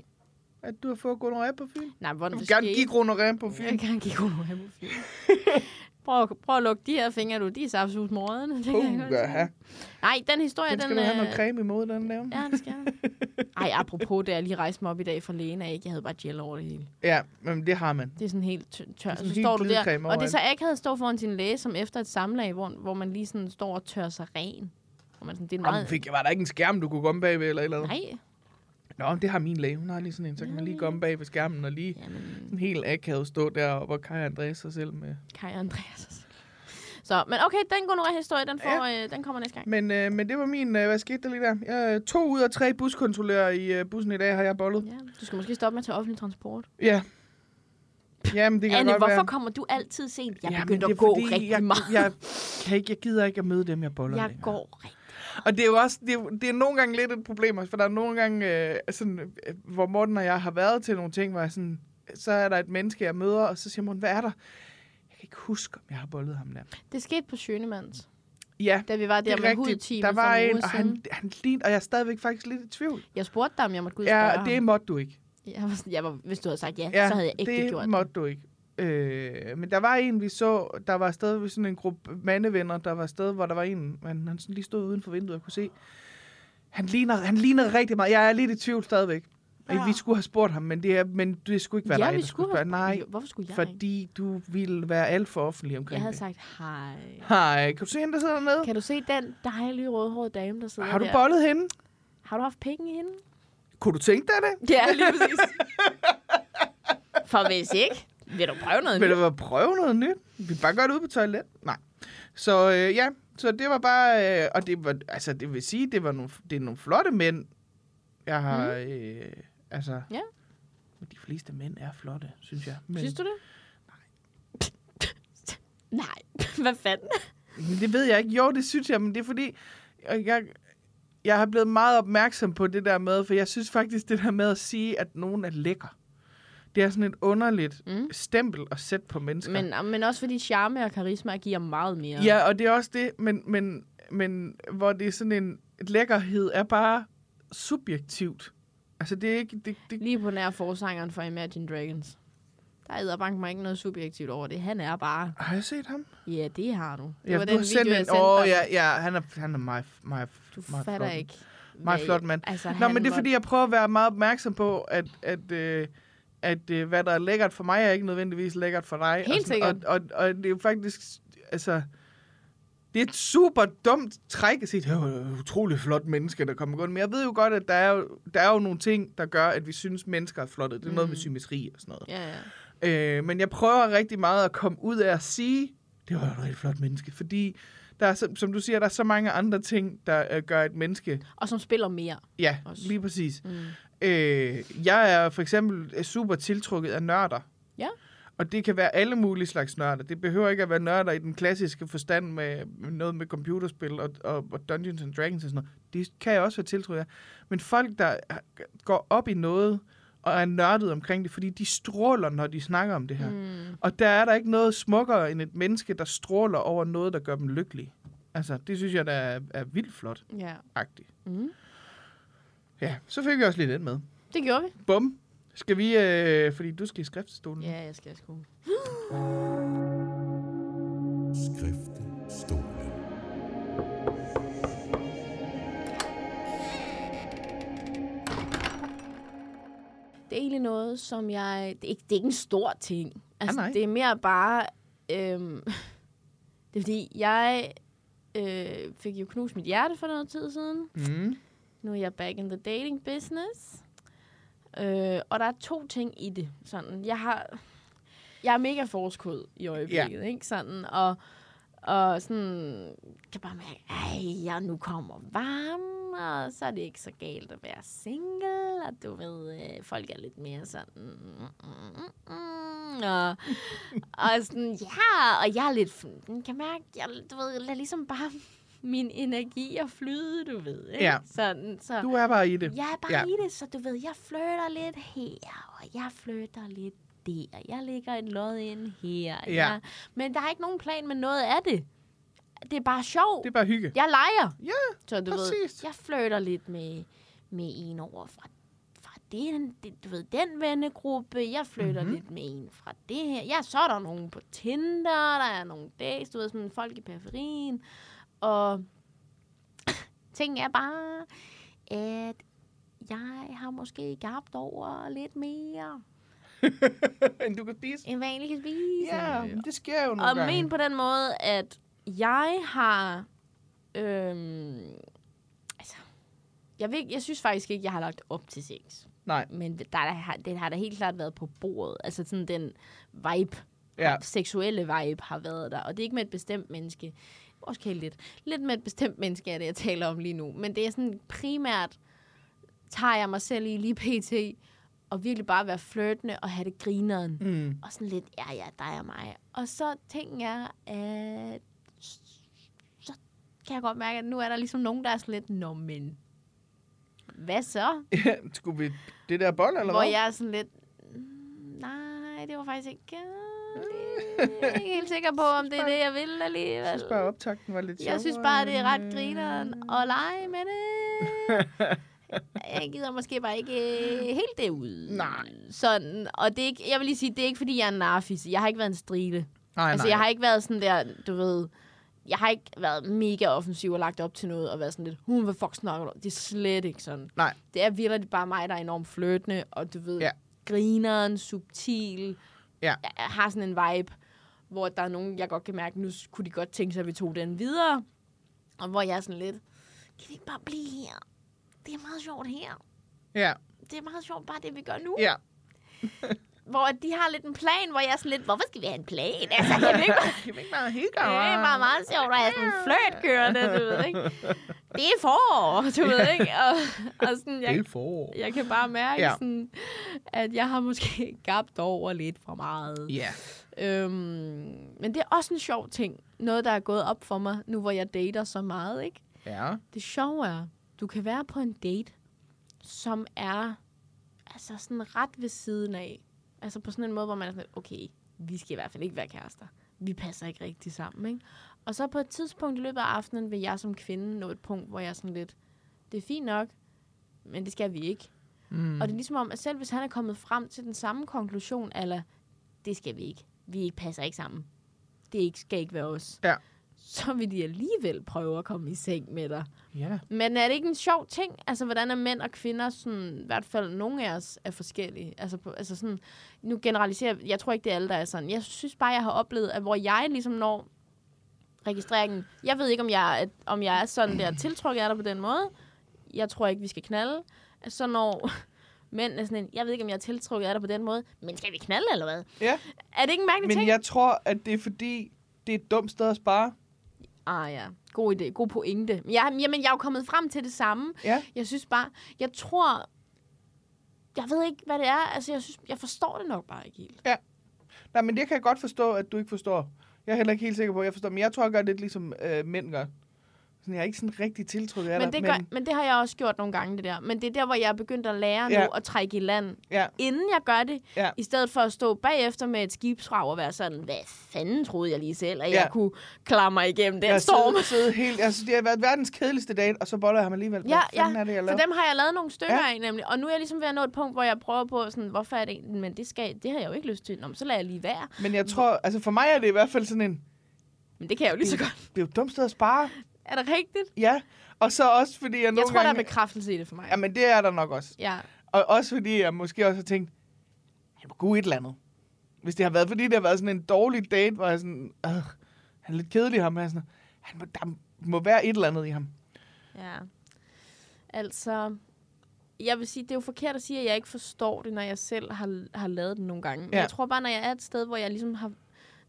B: At du har fået gonoré på Fyn.
A: Nej, hvor
B: Du
A: det
B: vil gerne
A: skete-
B: give gonoré på
A: Jeg vil
B: Fyn.
A: gerne give gonoré på Fyn. Prøv, at- prøv at lukke de her fingre, du. De er saftsus morgen. Det kan jeg godt sige.
B: Puh,
A: Nej, den historie,
B: den
A: den...
B: skal du have noget
A: øh,
B: creme imod, den der.
A: Ja, det skal jeg. Ej, apropos det, jeg lige rejste mig op i dag fra lægen af, ikke? Jeg havde bare gel over det hele.
B: Ja, men det har man.
A: Det er sådan helt tø- tør.
B: sådan
A: Så
B: helt
A: står du der,
B: glidecreme
A: og det er
B: overalt.
A: så akavet at stå foran sin læge, som efter et samlag, hvor, hvor man lige sådan står og tør sig ren. Hvor man sådan, det er en
B: Jamen,
A: meget...
B: fik, var der ikke en skærm, du kunne gomme bagved eller et eller andet?
A: Nej, Mm.
B: Nå, men det har min læge. Hun har lige sådan en, så kan man lige gomme bag ved skærmen og lige
A: jamen,
B: sådan helt akavet stå der, hvor Kaj og Andreas sig selv med.
A: Kaj og Andreas. Så, men okay, den går historie, den, får, øh, den kommer næste gang.
B: Men, øh, men det var min, øh, hvad skete der lige der? Jeg, øh, to ud af tre buskontrollører i øh, bussen i dag har jeg bollet.
A: Ja, du skal måske stoppe med at tage offentlig transport.
B: Ja. Jamen, det kan
A: Anne,
B: godt
A: hvorfor
B: være.
A: kommer du altid sent? Jeg
B: Jamen,
A: begyndte
B: det
A: at
B: er
A: gå
B: fordi,
A: rigtig
B: jeg,
A: meget.
B: Jeg, kan ikke, jeg gider ikke at møde dem, jeg boller
A: Jeg
B: længere.
A: går rigtig
B: Og det er jo også, det er, jo- det er nogle gange lidt et problem også, for der er nogle gange, øh, sådan, øh, hvor Morten og jeg har været til nogle ting, hvor jeg sådan, så er der et menneske, jeg møder, og så siger Morten, hvad er der? Jeg kan ikke huske, om jeg har bollet ham der.
A: Det skete på Sjønemands,
B: Ja,
A: da vi var
B: det
A: der
B: er
A: med
B: rigtigt.
A: hudteamet
B: Der var
A: for en,
B: en,
A: uge
B: og
A: siden.
B: han, han lignede, og jeg er stadigvæk faktisk lidt i tvivl.
A: Jeg spurgte dig, om jeg måtte gå ud og spørge
B: Ja,
A: ham.
B: det måtte du ikke.
A: Jeg var sådan, jeg var, hvis du havde sagt ja,
B: Ja,
A: ja så havde jeg ikke
B: det
A: gjort det.
B: måtte du ikke. Øh, men der var en, vi så, der var stadig ved sådan en gruppe mandevenner, der var sted, hvor der var en, man, han sådan lige stod uden for vinduet og kunne se. Han ligner, han ligner rigtig meget. Jeg er lidt i tvivl stadigvæk. Ja.
A: Ja.
B: Vi skulle have spurgt ham, men det, er, men det skulle ikke være
A: Ah. ja,
B: dig,
A: vi
B: der
A: skulle
B: spørge.
A: have...
B: Nej,
A: Hvorfor skulle jeg ikke?
B: fordi du ville være alt for offentlig omkring
A: Jeg havde
B: det.
A: sagt, hej.
B: Hej, kan du se hende, der sidder dernede?
A: Kan du se den dejlige rødhårede dame, der sidder
B: Har du
A: der?
B: bollet hende?
A: Har du haft penge i hende?
B: Kunne du tænke dig det?
A: Ja, lige præcis. For hvis ikke, vil du prøve noget
B: Vil
A: nyt?
B: du bare prøve noget nyt? Vi kan bare godt ud på toilet. Nej. Så øh, ja, så det var bare... Øh, og det var, altså, det vil sige, det var nogle, det er nogle flotte mænd, jeg har... Mm. Øh, altså...
A: Mhm. Ja.
B: De fleste mænd er flotte, synes jeg. Men,
A: Synes du det? Nej. Nej, hvad fanden?
B: Men det ved jeg ikke. Jo, det synes jeg, men det er fordi... Jeg, jeg, jeg har blevet meget opmærksom på det der med, for jeg synes faktisk, det der med at sige, at nogen er lækker, det er sådan et underligt mm.
A: Mm.
B: stempel at sætte på mennesker.
A: Men, men også fordi charme og karisma giver meget mere.
B: Ja, og det er også det, men, men, men hvor det er sådan en lækkerhed er bare subjektivt. Altså det er ikke... Det, det,
A: Lige på nær forsangeren for Imagine Dragons. Der er bank mig ikke noget subjektivt over det. Han er bare,
B: har jeg set ham?
A: ja, det har du. Det
B: ja,
A: var
B: du
A: den video,
B: har sendt
A: jeg
B: en...
A: sendte
B: Åh,
A: dig.
B: ja, ja, han er, han er meget, meget,
A: Du
B: meget
A: fatter
B: flot.
A: ikke.
B: Meget
A: hvad-
B: flot mand.
A: Altså,
B: Nå,
A: han
B: men det er
A: måtte-
B: fordi, jeg prøver at være meget opmærksom på, at, at, øh, at øh, hvad der er lækkert for mig, er ikke nødvendigvis lækkert for dig.
A: Helt
B: og sådan- Og, og, og det er jo faktisk... Altså, det er et super dumt træk at sige, det er jo et utroligt flot menneske, der kommer gående. Men jeg ved jo godt, at der er jo, der er jo nogle ting, der gør, at vi synes, mennesker er flotte. Det er mm. noget med symmetri og sådan noget.
A: Ja, ja.
B: Øh, men jeg prøver rigtig meget at komme ud af at sige, det var jo et rigtig flot menneske. Fordi, der er, så- som du siger, der er så mange andre ting, der øh, gør et menneske
A: Og som spiller mere.
B: Ja, også.
A: Også.
B: lige præcis.
A: Mm.
B: Øh, jeg er for eksempel øh, super tiltrukket af nørder.
A: Ja.
B: Og det kan være alle mulige slags nørder. Det behøver ikke at være nørder i den klassiske forstand med med noget med computerspil og, og, og Dungeons and Dragons og sådan noget. Det kan jeg også være tiltrukket af. Men folk, der øh, går op i noget og er nørdet omkring det, fordi de stråler, når de snakker om det her. Mm. Og der er der ikke noget smukkere end et menneske, der stråler over noget, der gør dem lykkelige. Altså, det synes jeg, der er, er vildt flot
A: Ja.
B: agtigt.
A: Mm.
B: Ja, så fik vi også lige den med.
A: Det gjorde vi.
B: Bum. Skal vi, øh, fordi du skal i skriftstolen.
A: Ja, jeg skal sgu.
C: Skriftstolen.
A: Det er egentlig noget, som jeg... Det er ikke, det er ikke en stor ting. Altså,
B: Ah, nej.
A: det er mere bare... Øhm, det er fordi, jeg øh, fik jo knust mit hjerte for noget tid siden.
B: Mm.
A: Nu er jeg back in the dating business. Øh, og der er to ting i det. Sådan, jeg har... Jeg er mega forskod i øjeblikket, ikke? Sådan, og, og sådan, kan bare mærke, ej, jeg nu kommer varm, og så er det ikke så galt at være single, og du ved, øh, folk er lidt mere sådan, mm, mm, mm, og, og sådan, ja, og jeg er lidt, sådan, kan mærke, jeg, du ved, lad ligesom bare min energi at flyde, du ved, ikke?
B: Ja.
A: Sådan, så.
B: Du er bare i det.
A: Jeg er bare
B: Ja.
A: ja. i det, så du ved, jeg flytter lidt her, og jeg flytter lidt der. Jeg lægger et lod ind her.
B: Ja.
A: Jeg, men der er ikke nogen plan med noget af det. Det er bare sjov.
B: Det er
A: Det...
B: bare hygge.
A: Jeg leger.
B: Ja,
A: Så du
B: præcis.
A: ved, jeg flytter lidt med, med en over fra, fra den, det, du ved, den vennegruppe, jeg flytter
B: Mhm.
A: mm-hmm. lidt med en fra det her. Ja, så er der nogen på Tinder, der er nogle dates, du ved, sådan folk i periferien. Og ting er bare, at jeg har måske gabt over lidt mere,
B: End du kan spise.
A: end hvad jeg egentlig kan spise.
B: Ja, men det sker jo nogle
A: Og
B: gange.
A: men på den måde, at jeg har... Øhm, altså, jeg, ved, ikke- jeg synes faktisk ikke, jeg har lagt op til sex.
B: Nej,
A: Men der, der har, den har da helt klart været på bordet. Altså sådan den vibe,
B: ja.
A: seksuelle vibe har været der. Og det er ikke med et bestemt menneske. Også kan lidt. Lidt med et bestemt menneske er det, jeg taler om lige nu. Men det er sådan primært, tager jeg mig selv i lige pt. Og virkelig bare være flirtende og have det grineren.
B: Mm.
A: Og sådan lidt, ja, ja, dig og mig. Og så tænker jeg, at så kan jeg godt mærke, at nu er der ligesom nogen, der er sådan lidt, nå men, hvad så?
B: Skulle vi det der bold, eller
A: Hvor
B: hvad?
A: jeg er sådan lidt, "Mm, nej, det var faktisk ikke, jeg er ikke helt sikker på, om det er det, jeg vil
B: Jeg
A: alligevel.
B: synes bare, optakten var lidt
A: Jeg synes
B: sjovere,
A: bare, det er ret
B: øh,
A: grineren at lege med det. Jeg gider måske bare ikke øh, helt det ud.
B: Nej.
A: Sådan, og det er ikke, jeg vil lige sige, det er ikke, fordi jeg er en narfis. Jeg har ikke været en strile.
B: Nej,
A: Altså,
B: øh. nej.
A: jeg har ikke været sådan der, du ved... Jeg har ikke været mega offensiv og lagt op til noget og været sådan lidt, hun, hvad fuck snakker du om? Det er slet ikke sådan.
B: Nej.
A: Det er virkelig bare mig, der er enormt flirtende, og du ved,
B: Ja.
A: grineren, subtil.
B: Ja.
A: Jeg jeg har sådan en vibe, hvor der er nogen, jeg godt kan mærke, nu kunne de godt tænke sig, at vi tog den videre. Og hvor jeg er sådan lidt, kan vi ikke bare blive her? Det er meget sjovt her.
B: Ja,
A: Det er meget sjovt bare det, vi gør nu
B: ja.
A: hvor de har lidt en plan, hvor jeg er sådan lidt, hvorfor skal vi have en plan? Altså, kan vi ikke bare...
B: Kan vi ikke bare hygge?
A: Det er bare meget sjovt at have sådan en flirt kørende, du ved, ikke? Det er forår, du ved, ikke? Og, og sådan, jeg,
B: forår.
A: jeg kan bare mærke,
B: Ja.
A: ja. sådan, at jeg har måske gabt over lidt for meget.
B: Ja.
A: Øhm, men det er også en sjov ting. Noget, der er gået op for mig, nu hvor jeg dater så meget, ikke?
B: Ja.
A: Det sjove er, du kan være på en date, som er altså sådan ret ved siden af. Altså på sådan en måde, hvor man er sådan, lidt, okay, vi skal i hvert fald ikke være kærester. Vi passer ikke rigtig sammen, ikke? Og så på et tidspunkt i løbet af aftenen vil jeg som kvinde nå et punkt, hvor jeg er sådan lidt, det er fint nok, men det skal vi ikke.
B: Mm.
A: Mm. Og det er ligesom om, at selv hvis han er kommet frem til den samme konklusion, eller det skal vi ikke. Vi passer ikke sammen. Det ikke, skal ikke være os.
B: Ja.
A: Så vil de alligevel prøve at komme i seng med dig.
B: Ja.
A: Men er det ikke en sjov ting, altså hvordan er mænd og kvinder, sådan, i hvert fald nogle af os, er forskellige? Altså, på, altså sådan, nu generaliserer jeg, jeg tror ikke, det er alle, der er sådan. Jeg synes bare, jeg har oplevet, at hvor jeg ligesom når registreringen, jeg ved ikke, om jeg, er- om jeg er sådan der tiltrukket af dig på den måde. Jeg tror ikke, vi skal knalde. Så når mænd er sådan en, jeg ved ikke, om jeg er tiltrukket af dig på den måde, men skal vi knalde eller hvad?
B: Ja,
A: Er det ikke en mærkelig
B: men
A: ting?
B: jeg tror, at det er fordi, det er et dumt sted at spare.
A: Ah ja, god idé, god pointe. Men Jeg, jamen, jeg er jo kommet frem til det samme.
B: Ja.
A: Jeg synes bare, jeg tror, jeg ved ikke, hvad det er. Altså, jeg, synes, jeg forstår det nok bare ikke helt.
B: Nej, men det kan jeg godt forstå, at du ikke forstår. Jeg er heller ikke helt sikker på, at jeg forstår. Men jeg tror, jeg gør lidt ligesom øh, mænd gør. Sådan, jeg er ikke sådan rigtig tiltrukket af
A: Men
B: dig,
A: det, gør, men det har jeg også gjort nogle gange, det der. Men det er der, hvor jeg er begyndt at lære
B: Ja.
A: nu at trække i land,
B: Ja,
A: inden jeg gør det,
B: Ja.
A: i stedet for at stå bagefter med et skibsrag og være sådan, hvad fanden troede jeg lige selv, at
B: Ja.
A: jeg kunne klare mig igennem den
B: jeg
A: storm.
B: sidder, sidder helt... Altså, det har været verdens kedeligste date, og så boller jeg ham alligevel. Hvad
A: Ja,
B: fanden
A: ja.
B: er det, jeg
A: For
B: laver?
A: dem har jeg lavet nogle stykker
B: Ja.
A: ja. af, nemlig. Og nu er jeg ligesom ved at nå et punkt, hvor jeg prøver på, sådan, hvorfor er det Men det, skal, det har jeg jo ikke lyst til. Nå, men så lader jeg lige være.
B: Men jeg tror... Altså, for mig er det i hvert fald sådan en...
A: Men det kan jeg jo lige så godt.
B: Det er jo et dumt sted at spare.
A: Er det rigtigt?
B: Ja, og så også fordi jeg nogle
A: Jeg tror, der
B: gange...
A: er bekræftelse i det for mig.
B: Jamen, det er der nok også.
A: Ja.
B: Og også fordi jeg måske også har tænkt, han var god i et eller andet. Hvis det har været, fordi det har været sådan en dårlig date, hvor jeg sådan, øh, han er lidt kedelig ham, her. Sådan, han må, der må være et eller andet i ham.
A: Ja. Altså, jeg vil sige, det er jo forkert at sige, at jeg ikke forstår det, når jeg selv har, har lavet det nogle gange. Men
B: Ja.
A: jeg tror bare, når jeg er et sted, hvor jeg ligesom har,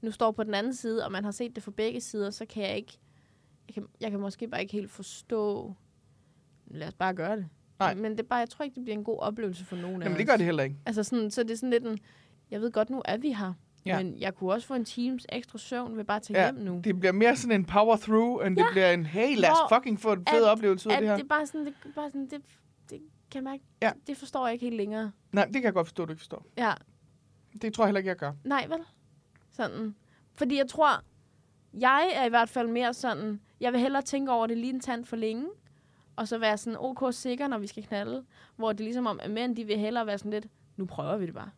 A: nu står på den anden side, og man har set det fra begge sider, så kan jeg ikke, jeg kan, jeg kan måske bare ikke helt forstå, lad os bare gøre det.
B: Nej.
A: Men det er bare, jeg tror ikke, det bliver en god oplevelse for nogen af
B: Jamen,
A: os.
B: det gør det heller ikke.
A: Altså sådan, så det er sådan lidt en, jeg ved godt, nu er vi her.
B: Ja.
A: Men jeg kunne også få en times ekstra søvn ved bare at tage
B: Ja,
A: hjem nu.
B: Det bliver mere sådan en power through, end ja. det
A: Ja.
B: bliver en, hey, lad os
A: Hvor
B: fucking få en fed
A: at-
B: oplevelse ud af
A: at
B: det her.
A: det er bare sådan, det, er bare sådan, det, det kan jeg mærke,
B: Ja.
A: ja. det forstår jeg ikke helt længere.
B: Nej, det kan jeg godt forstå, du ikke forstår.
A: Ja,
B: Det tror jeg heller ikke, jeg gør.
A: nej vel? Sådan. Fordi jeg tror, jeg er i hvert fald mere sådan, jeg vil hellere tænke over det lige en tand for længe, og så være sådan ok sikker, når vi skal knalde. Hvor det er ligesom om, at mænd, de vil hellere være sådan lidt, nu prøver vi det bare.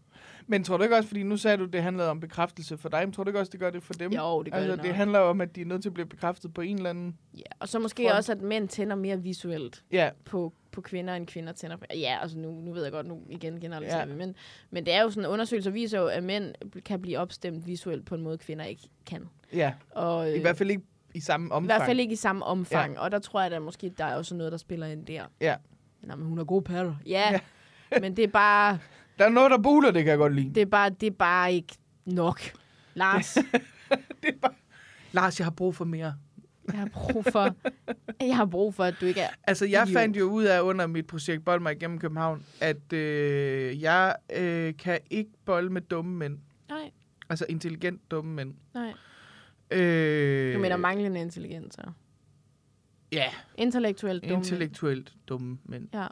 B: Men tror du ikke også, fordi nu sagde du, det handlede om bekræftelse for dig, men tror du ikke også, det gør det for dem?
A: Jo, det gør
B: altså,
A: det
B: det
A: nok.
B: handler jo om, at de er nødt til at blive bekræftet på en eller anden...
A: Ja, og så måske
B: Front.
A: også, at mænd tænder mere visuelt
B: Ja,
A: på, på kvinder, end kvinder tænder på... Ja, altså nu, nu ved jeg godt, nu igen generaliserer
B: Ja.
A: ja. vi, men, men det er jo sådan, undersøgelser viser jo, at mænd kan blive opstemt visuelt på en måde, kvinder ikke kan.
B: ja.
A: Og,
B: I
A: øh,
B: hvert fald ikke i samme
A: i
B: omfang.
A: hvert fald ikke i samme omfang, ja. og der tror jeg, at måske der er også noget, der spiller ind der.
B: Ja.
A: Nå, men hun har gode patter. Ja, ja. men det er bare...
B: Der er noget, der buler, det kan jeg godt lide.
A: Det er bare, det er bare ikke nok. Lars,
B: det er bare... Lars, jeg har brug for mere.
A: jeg har brug for, jeg har brug for at du ikke er...
B: Altså, jeg
A: Idiot.
B: fandt jo ud af under mit projekt Bold mig igennem København, at øh, jeg øh, kan ikke bolde med dumme mænd.
A: Nej,
B: Altså intelligent dumme mænd.
A: nej.
B: Øh,
A: Du mener manglende intelligens, så.
B: Ja,
A: Intellektuelt dumme.
B: intellektuelt dumme mænd.
A: Ja.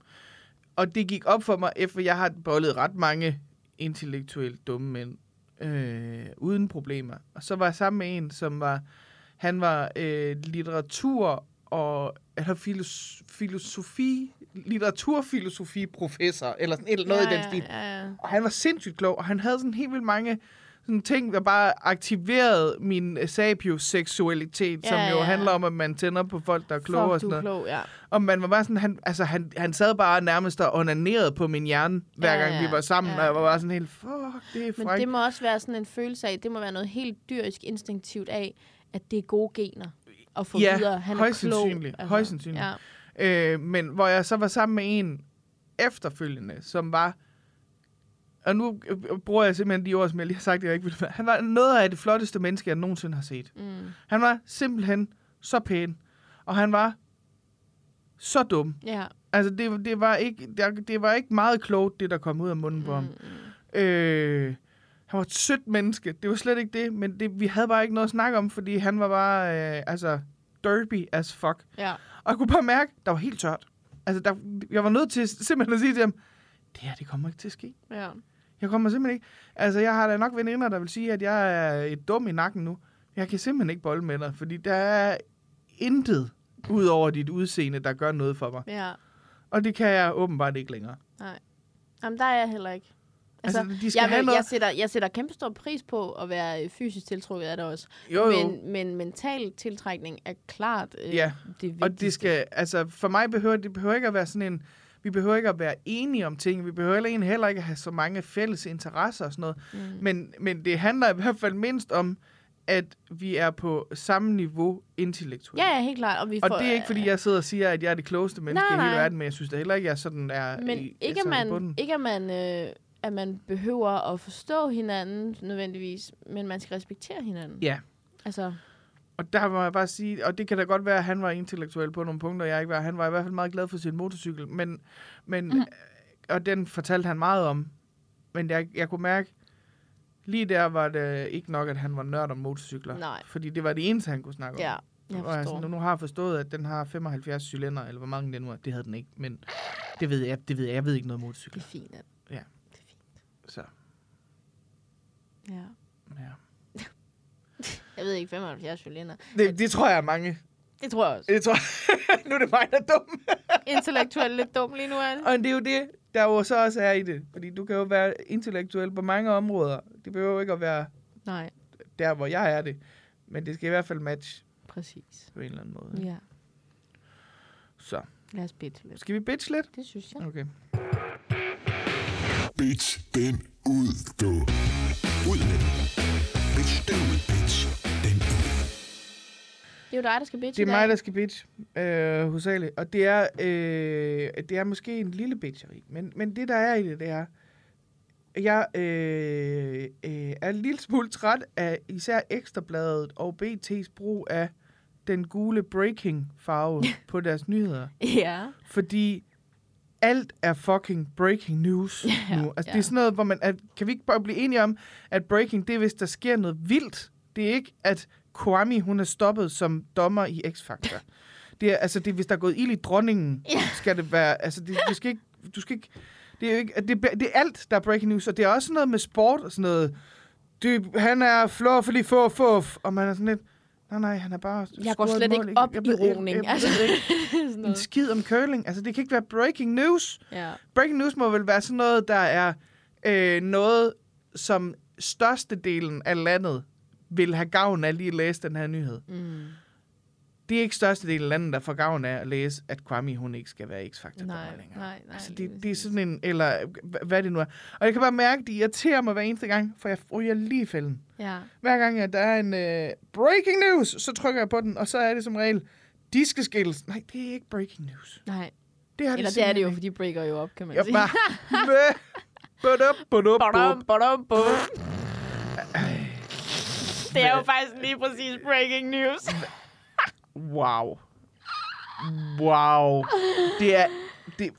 B: Og det gik op for mig, efter jeg har boldet ret mange intellektuelt dumme mænd øh, uden problemer. Og så var jeg sammen med en, som var, han var øh, litteratur og eller filos, filosofi, litteraturfilosofi-professor, eller, sådan, eller noget
A: ja,
B: i den
A: ja,
B: stil.
A: Ja, ja.
B: Og han var sindssygt klog, og han havde sådan helt vildt mange sådan ting, der bare aktiverede min øh, sapioseksualitet,
A: Ja,
B: som jo
A: ja.
B: handler om, at man tænder på folk, der er kloge
A: Fuck,
B: og sådan
A: du
B: noget.
A: er klog, ja.
B: Og man var bare sådan, han, altså, han, han sad bare nærmest og onanerede på min hjerne, hver
A: Ja,
B: gang
A: ja,
B: vi var sammen,
A: ja.
B: og jeg var bare sådan helt, fuck, det er
A: Men
B: frækt.
A: det må også være sådan en følelse af, det må være noget helt dyrisk instinktivt af, at det er gode gener at få
B: Ja,
A: videre. Han
B: højst
A: er klog. altså.
B: sandsynligt, højst sandsynligt.
A: Ja.
B: Øh, men hvor jeg så var sammen med en efterfølgende, som var... Og nu øh, bruger jeg simpelthen de ord, som jeg lige har sagt, jeg ikke ville være. Han var noget af det flotteste menneske, jeg nogensinde har set. Mm. Han var simpelthen så pæn, og han var så dum.
A: ja.
B: Altså, det, det, var, ikke, det, det var ikke meget klogt, det der kom ud af munden på ham. Mm. Øh, han var et sødt menneske. Det var slet ikke det, men det, vi havde bare ikke noget at snakke om, fordi han var bare, øh, altså, derby as fuck.
A: ja.
B: Og jeg kunne bare mærke, der var helt tørt. Altså, der, jeg var nødt til simpelthen at sige til ham, det her, det kommer ikke til at ske.
A: Ja.
B: Jeg kommer simpelthen ikke... Altså, jeg har da nok veninder, der vil sige, at jeg er et dum i nakken nu. Jeg kan simpelthen ikke bolde med dig, fordi der er intet ud over dit udseende, der gør noget for mig.
A: Ja.
B: Og det kan jeg åbenbart ikke længere.
A: Jamen, der er jeg heller ikke.
B: Altså, de skal
A: jeg, vil-
B: have noget-
A: jeg, sætter, jeg sætter kæmpe stor pris på at være øh, fysisk tiltrukket af det også.
B: Jo, jo.
A: Men, men mental tiltrækning er klart øh,
B: Ja,
A: det vigtigste.
B: Og det skal, altså for mig behøver det behøver ikke at være sådan en, vi behøver ikke at være enige om ting, vi behøver egentlig heller ikke at have så mange fælles interesser og sådan noget, mm. men, men det handler i hvert fald mindst om, at vi er på samme niveau intellektuelt.
A: Ja, ja, helt klart. Og, vi
B: Og
A: får,
B: det er ikke, fordi jeg sidder og siger, at jeg er det klogeste menneske
A: Nej,
B: i hele
A: nej.
B: verden, men jeg synes da heller ikke, at jeg sådan er
A: Men
B: i,
A: ikke,
B: altså,
A: at
B: i
A: man,
B: bunden.
A: ikke at man, øh, at man behøver at forstå hinanden nødvendigvis, men man skal respektere hinanden.
B: Ja,
A: Altså,
B: og der må jeg bare sige, og det kan da godt være, at han var intellektuel på nogle punkter, jeg ikke var. Han var i hvert fald meget glad for sin motorcykel, men, men
A: Mhm.
B: mm. og den fortalte han meget om. Men jeg, jeg kunne mærke, lige der var det ikke nok, at han var nørd om motorcykler.
A: Nej.
B: Fordi det var det eneste, han kunne snakke om.
A: ja, jeg
B: og altså,
A: forstår.
B: nu, nu har jeg forstået, at den har 75 cylinder, eller hvor mange den nu er. Det havde den ikke, men det ved jeg, det ved jeg, jeg ved ikke noget om
A: Det er
B: motorcykler.
A: fint. at-
B: Ja.
A: Det er fint.
B: Så,
A: Ja.
B: ja.
A: Jeg ved ikke, 75 cylinder.
B: Det, det tror jeg er mange.
A: Det tror jeg også.
B: Det tror nu er det mig, der er dum.
A: Intellektuelt lidt dum lige nu, er det?
B: Og det er jo det, der jo så også er i det. Fordi du kan jo være intellektuel på mange områder. Det behøver jo ikke at være
A: Nej,
B: der, hvor jeg er det. Men det skal i hvert fald matche
A: præcis.
B: på en eller anden måde. ikke?
A: Ja,
B: Så.
A: lad os bitte lidt.
B: Skal vi bitch lidt?
A: Det synes jeg.
B: Okay.
C: Bitch den ud, du. Ud med den. Bitch den ud, bitch den ud.
A: Det er jo dig, der skal bitch
B: Det
A: i
B: er
A: dag.
B: mig, der skal bitch, øh, hovedsageligt. Og det er, øh, det er måske en lille bitcheri. Men, men det, der er i det, det er, jeg øh, øh, er en lille smule træt af især Ekstrabladet og BT's brug af den gule breaking-farve på deres nyheder.
A: Ja.
B: Fordi alt er fucking breaking news
A: Ja,
B: nu. Altså,
A: ja.
B: Det er sådan noget, hvor man... At, kan vi ikke bare blive enige om, at breaking, det er, hvis der sker noget vildt. Det er ikke, at Kwame, hun er stoppet som dommer i X-Factor. det er, altså, det er, hvis der er gået ild i dronningen, ja. skal det være... Altså, det, det skal ikke... Du skal ikke... Det er, jo ikke, at det, det er alt, der er breaking news, og det er også sådan noget med sport og sådan noget. Det, han er flår for lige få, få, og man er sådan lidt... Nej, nej, han er bare...
A: Jeg går
B: scoret et
A: slet
B: mål,
A: ikke op
B: Jeg
A: i
B: ved- jeg-
A: roning.
B: jeg ved
A: Altså,
B: ikke.
A: sådan
B: en
A: noget.
B: skid om curling. Altså, det kan ikke være breaking news.
A: Ja.
B: Breaking news må vel være sådan noget, der er øh, noget, som størstedelen af landet vil have gavn af lige at læse den her nyhed.
A: Mm.
B: Det er ikke størstedelen af landet, der får gavn af at læse, at Kwame, hun ikke skal være X-Factor
A: Nej,
B: længere.
A: nej, nej.
B: Altså,
A: lige
B: det, det er
A: præcis.
B: sådan en, eller h- hvad det nu er. Og jeg kan bare mærke, at de irriterer mig hver eneste gang, for jeg ryger lige i fælden.
A: Ja.
B: Hver gang, at der er en øh, breaking news, så trykker jeg på den, og så er det som regel, de skal skilles. Nej, det er ikke breaking news.
A: Nej.
B: Det har
A: Eller det er det jo,
B: simpelthen
A: fordi de breaker jo op, kan man
B: ikke. Jeg
A: sige.
B: bare... Bæ, budup, budup, budup.
A: Badum, badum, bum. Det er jo faktisk lige præcis breaking news.
B: Wow. Wow. Det er... Det...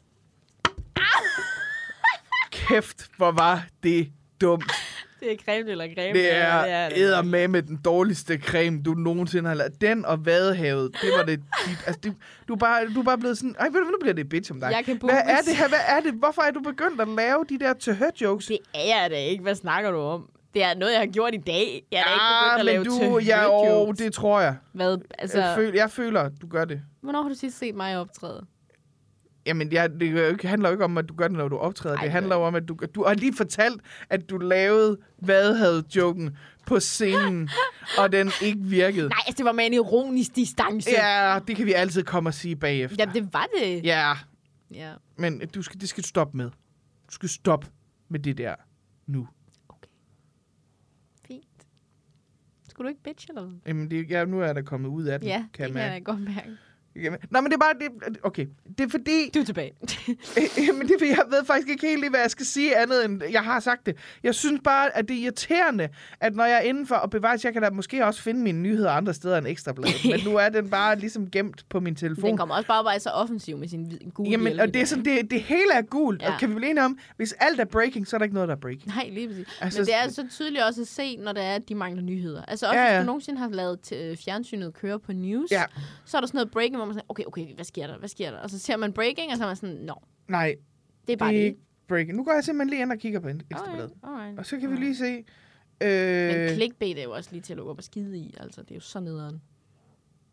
B: Kæft, hvor var det dumt.
A: Det er creme eller creme.
B: Det er æder med med den dårligste creme, du nogensinde har lavet. Den og vadehavet, det var det. dit- Altså, det du, er bare, du er bare blevet sådan... Ej, ved du, hvad, nu bliver det bitch om dig.
A: Jeg kan
B: Hvad er
A: bookes.
B: det her? Hvad er det? Hvorfor er du begyndt at lave de der tøhør jokes?
A: Det er jeg da ikke. Hvad snakker du om? Det er noget, jeg har gjort i dag. Jeg er da ikke begyndt at lave
B: Ah, du, ja, åh,
A: tøhjejokes.
B: det tror jeg.
A: Hvad? Altså,
B: Jeg, føl, jeg føler, du gør det.
A: hvornår har du sidst set mig optræde?
B: Jamen, jeg, det er jo ikke- handler jo ikke om, at du gør det, når du optræder.
A: Ej,
B: det
A: det
B: handler
A: gør
B: jo om, at du, du har lige fortalt, at du lavede vadehavet-joken på scenen, og den ikke virkede.
A: Nej, altså, det var med en ironisk distance.
B: Ja, det kan vi altid komme og sige bagefter.
A: Jamen, det var det.
B: Ja,
A: ja.
B: men du skal, det skal du stoppe med. Du skal stoppe med det der nu.
A: Fint. Skulle du ikke bitch eller hvad?
B: Jamen, det, ja, nu er der kommet ud af den,
A: Ja,
B: kan jeg
A: det kan jeg
B: mærke.
A: da godt mærke.
B: Jamen, nej, men det er bare... Det, okay, det er fordi...
A: Du er tilbage.
B: Øh, Jamen, det, jeg ved faktisk ikke helt lige, hvad jeg skal sige andet, end jeg har sagt det. Jeg synes bare, at det er irriterende, at når jeg er indenfor, og bevares, jeg kan da måske også finde mine nyheder andre steder end Ekstrabladet, men nu er den bare ligesom gemt på min telefon.
A: Den kommer også bare bare så offensiv med sin hvid- gule
B: Jamen,
A: bjælke
B: og det, er
A: der.
B: sådan, det, det hele er gult, ja.
A: Ja.
B: og kan vi blive enige om, hvis alt er breaking, så er der ikke noget, der er breaking.
A: Nej, lige præcis.
B: Altså,
A: Altså, Men det er så tydeligt også at se, når det er, at de mangler nyheder. Altså også,
B: Ja,
A: ja,
B: ja.
A: hvis du nogensinde har lavet til, øh, fjernsynet køre på news,
B: Ja.
A: så er der sådan noget breaking, hvor man sådan, okay, okay, hvad sker der, hvad sker der? Og så ser man breaking, og så er man sådan, nå,
B: Nej,
A: det er bare
B: det
A: det.
B: er ikke breaking. Nu går jeg simpelthen lige ind og kigger på Ekstrabladet.
A: Alright, alright.
B: Og så kan vi lige se...
A: Men
B: Øh,
A: clickbait er jo også lige til at lukke op og skide i, altså. Det er jo så nederen.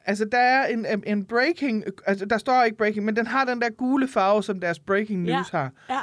B: altså, der er en, en- en breaking... Altså, der står ikke breaking, men den har den der gule farve, som deres breaking
A: Ja.
B: news har.
A: Ja.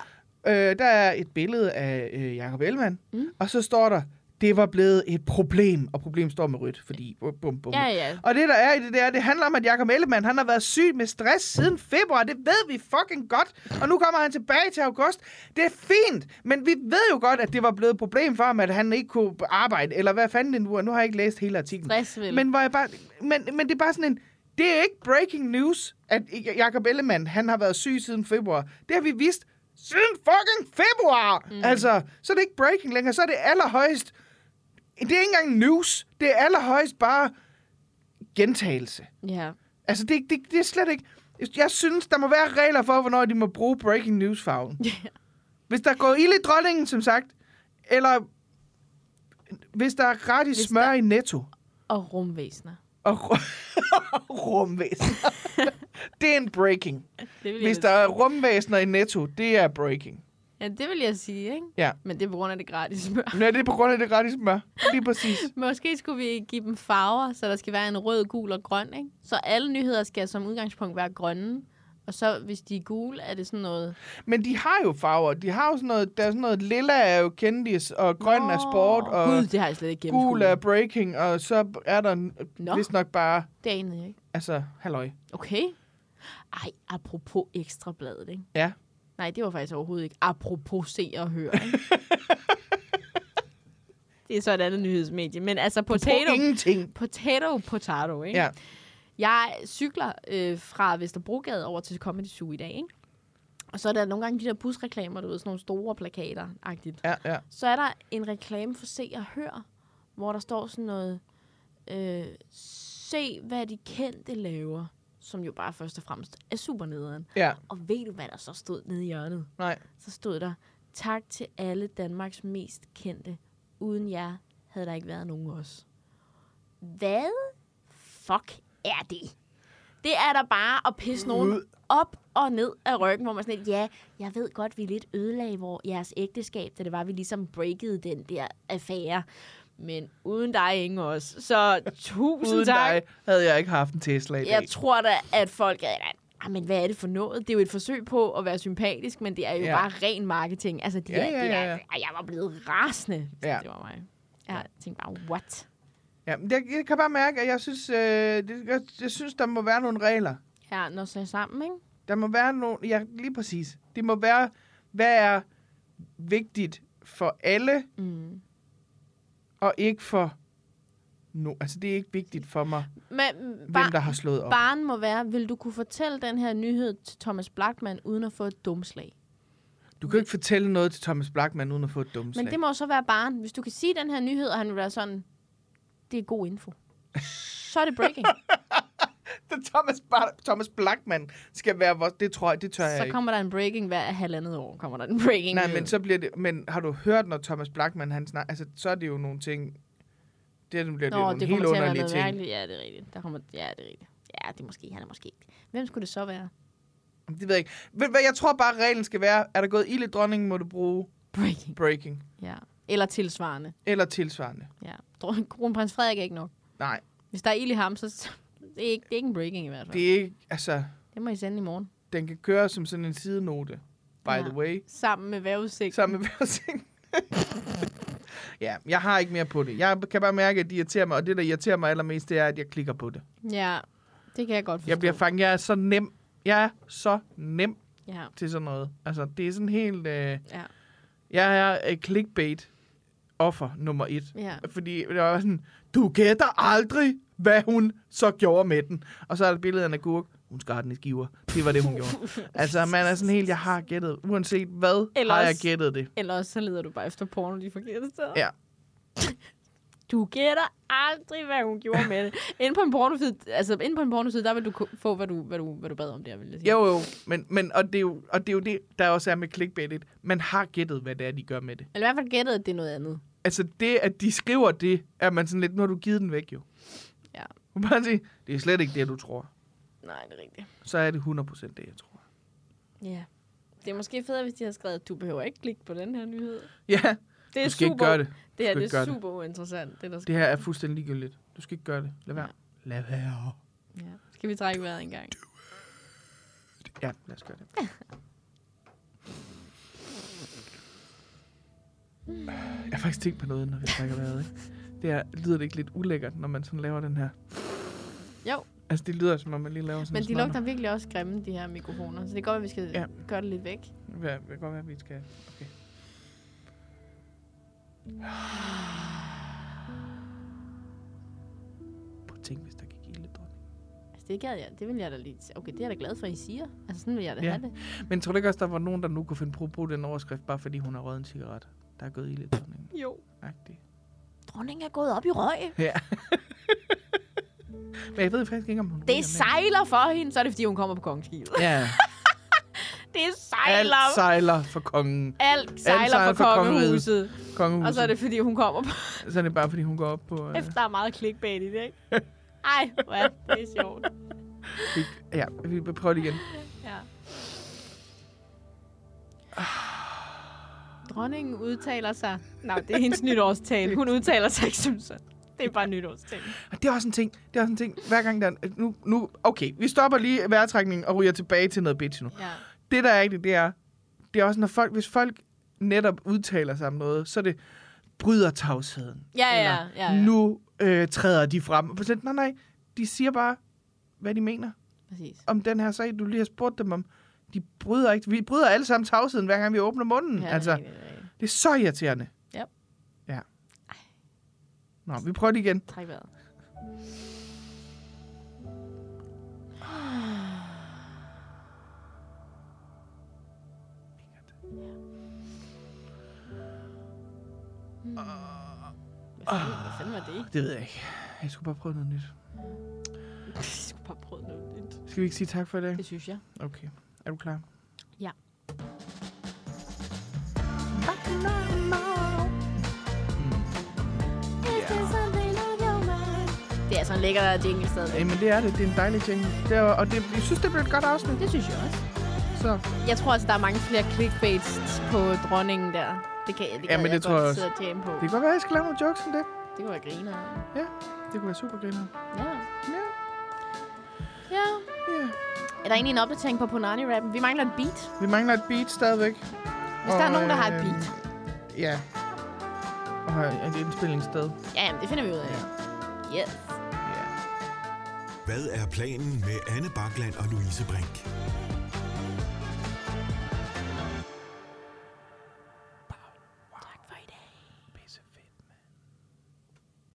B: Øh, der er et billede af øh, Jacob Ellemann, mm. og så står der, det var blevet et problem, og problem står med rødt, fordi bum, bum, bum.
A: Ja, ja.
B: Og det, der er i det der, det handler om, at Jacob Ellemann, han har været syg med stress siden februar, det ved vi fucking godt, og nu kommer han tilbage til august. Det er fint, men vi ved jo godt, at det var blevet et problem for ham, at han ikke kunne arbejde, eller hvad fanden det nu er, nu har jeg ikke læst hele artiklen.
A: Stress vel.
B: Men, hvor jeg bare, men, men det er bare sådan en... Det er ikke breaking news, at Jacob Ellemann, han har været syg siden februar. Det har vi vidst siden fucking februar! Mm. Altså, så er det ikke breaking længere, så er det allerhøjst... Det er ikke engang news, det er allerhøjst bare gentagelse.
A: Ja.
B: Altså, det, det, det er slet ikke... Jeg synes, der må være regler for, hvornår de må bruge breaking news-farven. Hvis der går ild i dronningen, som sagt, eller hvis der er gratis
A: Hvis
B: smør
A: der-
B: i netto
A: Og rumvæsener.
B: og ru- rumvæsener. det er en breaking.
A: Det vil,
B: Hvis der
A: jeg,
B: er rumvæsener i Netto, det er breaking.
A: ja, det vil jeg sige, ikke?
B: Ja.
A: Men det er på grund af det gratis smør.
B: Men er det er på grund af det gratis smør. Lige præcis.
A: Måske skulle vi give dem farver, så der skal være en rød, gul og grøn, ikke? Så alle nyheder skal som udgangspunkt være grønne. Og så, hvis de er gule, er det sådan noget...
B: Men de har jo farver. De har jo sådan noget, der er sådan noget lilla er jo kendis, og grøn er sport,
A: Åh,
B: og
A: Gud, det har jeg slet ikke gennemskuet.
B: gul er breaking, og så er der Nå.
A: Nå.
B: vist nok bare,
A: Det anede jeg ikke.
B: altså, halløj.
A: Okay. Ej, apropos ekstrabladet, ikke?
B: Ja.
A: Nej, det var faktisk overhovedet ikke. Apropos se og høre, ikke? det er så et andet nyhedsmedie. Men altså, potato,
B: På ingenting.
A: potato, potato, ikke?
B: Ja.
A: Jeg cykler øh, fra Vesterbrogade over til Comedy Zoo i dag, ikke? Og så er der nogle gange de der busreklamer, du ved, sådan nogle store plakater-agtigt.
B: Ja, ja.
A: Så er der en reklame for Se og Hør, hvor der står sådan noget, øh, se hvad de kendte laver, som jo bare først og fremmest er super nederen.
B: Ja,
A: Og ved du, hvad der så stod nede i hjørnet?
B: nej.
A: Så stod der, tak til alle Danmarks mest kendte. Uden jer havde der ikke været nogen os. Hvad fuck er det? Det er der bare at pisse nogen
B: Ud.
A: op og ned af ryggen, hvor man sådan lidt, ja, jeg ved godt, vi lidt ødelagde vores, jeres ægteskab, da det var, vi ligesom breakede den der affære. Men uden dig, ingen os. Så tusind
B: Uden
A: tak.
B: dig havde jeg ikke haft en Tesla i dag.
A: Jeg tror da, at folk er... ah, men hvad er det for noget? Det er jo et forsøg på at være sympatisk, men det er jo
B: Ja.
A: ja. bare ren marketing. Altså, de
B: Ja,
A: ja, er,
B: ja,
A: ja,
B: ja,
A: ja,
B: ja.
A: ja. jeg var blevet rasende, hvis
B: Ja.
A: ja. det var mig. Jeg tænkte bare, what?
B: Ja, men jeg, jeg kan bare mærke, at jeg synes, øh, det, jeg, jeg synes, der må være nogle regler.
A: Ja, når så sammen, ikke?
B: Der må være nogle... Ja, lige præcis. Det må være, hvad er vigtigt for alle,
A: Mm.
B: og ikke for... No, altså, det er ikke vigtigt for mig,
A: Men
B: hvem der
A: bar-
B: har slået op.
A: barn må være, vil du kunne fortælle den her nyhed til Thomas Blackman, uden at få et dumslag?
B: Du kan jo ikke fortælle noget til Thomas Blackman, uden at få et dumt
A: Men det må så være barn. Hvis du kan sige den her nyhed, og han vil være sådan, det er god info. Så er det breaking.
B: Det Thomas, Bar- Thomas Blackman skal være vores... Det tror jeg, det tør jeg
A: så
B: ikke.
A: kommer der en breaking hver halvandet år. Kommer der en breaking
B: Nej,
A: nyhed.
B: men så bliver det... Men har du hørt, når Thomas Blackman, han snakker... Altså, så er det jo nogle ting... Det bliver det jo
A: Nå,
B: nogle
A: det
B: helt
A: kommer til at være
B: underlige
A: noget
B: ting.
A: mærkeligt. Ja, det er rigtigt. Der kommer, ja, det er rigtigt. Ja, det er måske, han er måske ikke. Hvem skulle det så være?
B: Det ved jeg ikke. Ved du hvad, jeg tror bare, reglen skal være, er der gået ild i dronningen, må du bruge
A: Breaking.
B: breaking.
A: Ja. Eller tilsvarende.
B: Eller tilsvarende.
A: Ja. Dron- Kronprins Frederik er ikke nok.
B: Nej,
A: Hvis der er ild i ham, så så- det er ikke, det er ikke en breaking i hvert fald. Det,
B: det er ikke... Altså,
A: det må I sende i morgen.
B: den kan køre som sådan en sidenote, by
A: Ja.
B: the way.
A: Sammen med vejrudsigt.
B: Sammen med versing. ja, jeg har ikke mere på det. Jeg kan bare mærke, at det irriterer mig, og det, der irriterer mig allermest, det er, at jeg klikker på det.
A: Ja, det kan jeg godt forstå.
B: Jeg bliver fanget. Jeg er så nem. Jeg er så nem
A: ja.
B: til sådan noget. Altså, det er sådan helt... Øh,
A: Ja.
B: jeg er øh, clickbait-offer nummer et.
A: ja.
B: Fordi det var sådan, du gætter aldrig, hvad hun så gjorde med den. Og så er der billedet af en agurk. Hun skar den i skiver. Det var det, hun gjorde. Altså, man er sådan helt, jeg har gættet. Uanset hvad, Ellers... har jeg
A: Ellers-
B: gættet det.
A: Ellers så leder du bare efter porno de forkerte steder.
B: Ja.
A: Du gætter aldrig, hvad hun gjorde med det. Inde på en pornoside, altså inde på en pornoside, der vil du ku- få, hvad du, hvad du, hvad du bad om der, vil jeg sige.
B: Jo, jo. Men, men, og, det er jo, og det er jo det, der også er med clickbaitet. Man har gættet, hvad det er, de gør med det.
A: Eller i hvert fald gættet, at det er noget andet.
B: Altså, det, at de skriver det, er man sådan lidt, nu har du givet den væk, jo.
A: Ja.
B: Man kan bare sige, det er slet ikke det, du tror.
A: Nej, det er rigtigt.
B: Så er det 100% det, jeg tror.
A: Ja. Det er måske federe, hvis de har skrevet, at du behøver ikke klikke på den her nyhed.
B: Ja,
A: Det er
B: du skal
A: super,
B: ikke gøre det.
A: Det her
B: skal
A: det
B: ikke gøre
A: er
B: det.
A: super uinteressant. Det, der sker.
B: Det her er fuldstændig ligegyldigt. Du skal ikke gøre det. Lad være.
A: Ja.
B: Lad være.
A: Ja. Skal vi trække vejret en gang?
B: Ja, lad os gøre det. Jeg har faktisk tænkt på noget, når vi trækker vejret, ikke? Det er, lyder det ikke lidt ulækkert, når man sådan laver den her?
A: Jo.
B: Altså, det lyder, som om man lige laver sådan
A: Men
B: en
A: de
B: smadre.
A: lugter virkelig også grimme, de her mikrofoner. Så det kan godt, at vi skal
B: Ja.
A: ja. gøre det lidt væk.
B: Ja, det kan godt være, at vi skal... Okay. Prøv at tænke, hvis der gik ild i dronningen.
A: Altså, det, gad jeg, det vil jeg da lige... Okay, det er jeg da glad for, I siger. Altså, sådan vil jeg da
B: Ja.
A: ja. have det.
B: Men tror du ikke også, der var nogen, der nu kunne finde på at bruge den overskrift, bare fordi hun har røget en cigaret? Der er gået ild i dronningen.
A: Jo.
B: Agtigt.
A: Dronningen er gået op i røg.
B: Ja. Men jeg ved faktisk ikke, om hun... ryger
A: Det
B: mere.
A: sejler for hende, så er det, fordi hun kommer på kongeskibet.
B: Ja,
A: Det
B: alt
A: sejler.
B: sejler for kongen.
A: Alt
B: Alt
A: sejler
B: sejler
A: for
B: for kongeriget.
A: kongehuset.
B: kongehuset.
A: Og så er det, fordi hun kommer på...
B: så er det bare, fordi hun går op på... Øh,
A: Efter der er meget clickbait i det, ikke? Ej, hvor er det sjovt.
B: vi- ja, vi vi prøver det igen.
A: Ja. Dronningen udtaler sig... Nej, det er hendes nytårstale. Hun udtaler sig ikke som sådan. Det er bare nytårstale.
B: Og det er også en ting. Det er også en ting. Hver gang der... er- Nu, nu, okay, vi stopper lige vejrtrækningen og ryger tilbage til noget bitch nu.
A: Ja.
B: Det, der er rigtigt, det er... Det er også, når folk... Hvis folk netop udtaler sig om noget, så er det bryder tavsheden.
A: Ja, ja,
B: Eller,
A: ja, ja.
B: Nu øh, træder de frem. Og sådan, nej, nej, de siger bare, hvad de mener.
A: Præcis.
B: om den her sag, du lige har spurgt dem om. De bryder ikke. Vi bryder alle sammen tavsheden, hver gang vi åbner munden. Ja, altså,
A: det er rigtigt.
B: det er så irriterende.
A: Yep.
B: Ja. Nå, vi prøver det igen.
A: Træk vejret. Hvad fanden, hvad fanden var det?
B: Det ved jeg ikke. Jeg skulle bare prøve noget nyt.
A: Jeg skulle bare prøve noget nyt.
B: Skal vi ikke sige tak for i dag?
A: Det synes jeg.
B: Okay. Er du klar?
A: Ja. Det er altså en lækker jingle stadigvæk.
B: Jamen, det er det. Det er en dejlig ting. Det er, og det, jeg synes, det blev et godt afsnit.
A: Det synes jeg også.
B: Så.
A: Jeg tror også, der er mange flere clickbaits på dronningen der. Det kan, det kan
B: Ja, men
A: jeg
B: det tror jeg
A: godt
B: også.
A: sidde og jamme på.
B: Det kan godt være, at jeg skal lave nogle jokes om det.
A: Det kunne være griner.
B: Ja, det kunne være super griner.
A: Ja.
B: Ja.
A: Ja.
B: Ja.
A: Er der egentlig en opdatering på Punani-rappen? Vi mangler et beat.
B: Vi mangler et beat stadigvæk. øh,
A: Hvis der er nogen, der har et beat.
B: Øhm. Ja. Og øh, et indspillingssted.
A: Ja, jamen, det finder vi ud af. Yes.
B: Ja.
C: Hvad er planen med Anne Bakland og Louise Brink?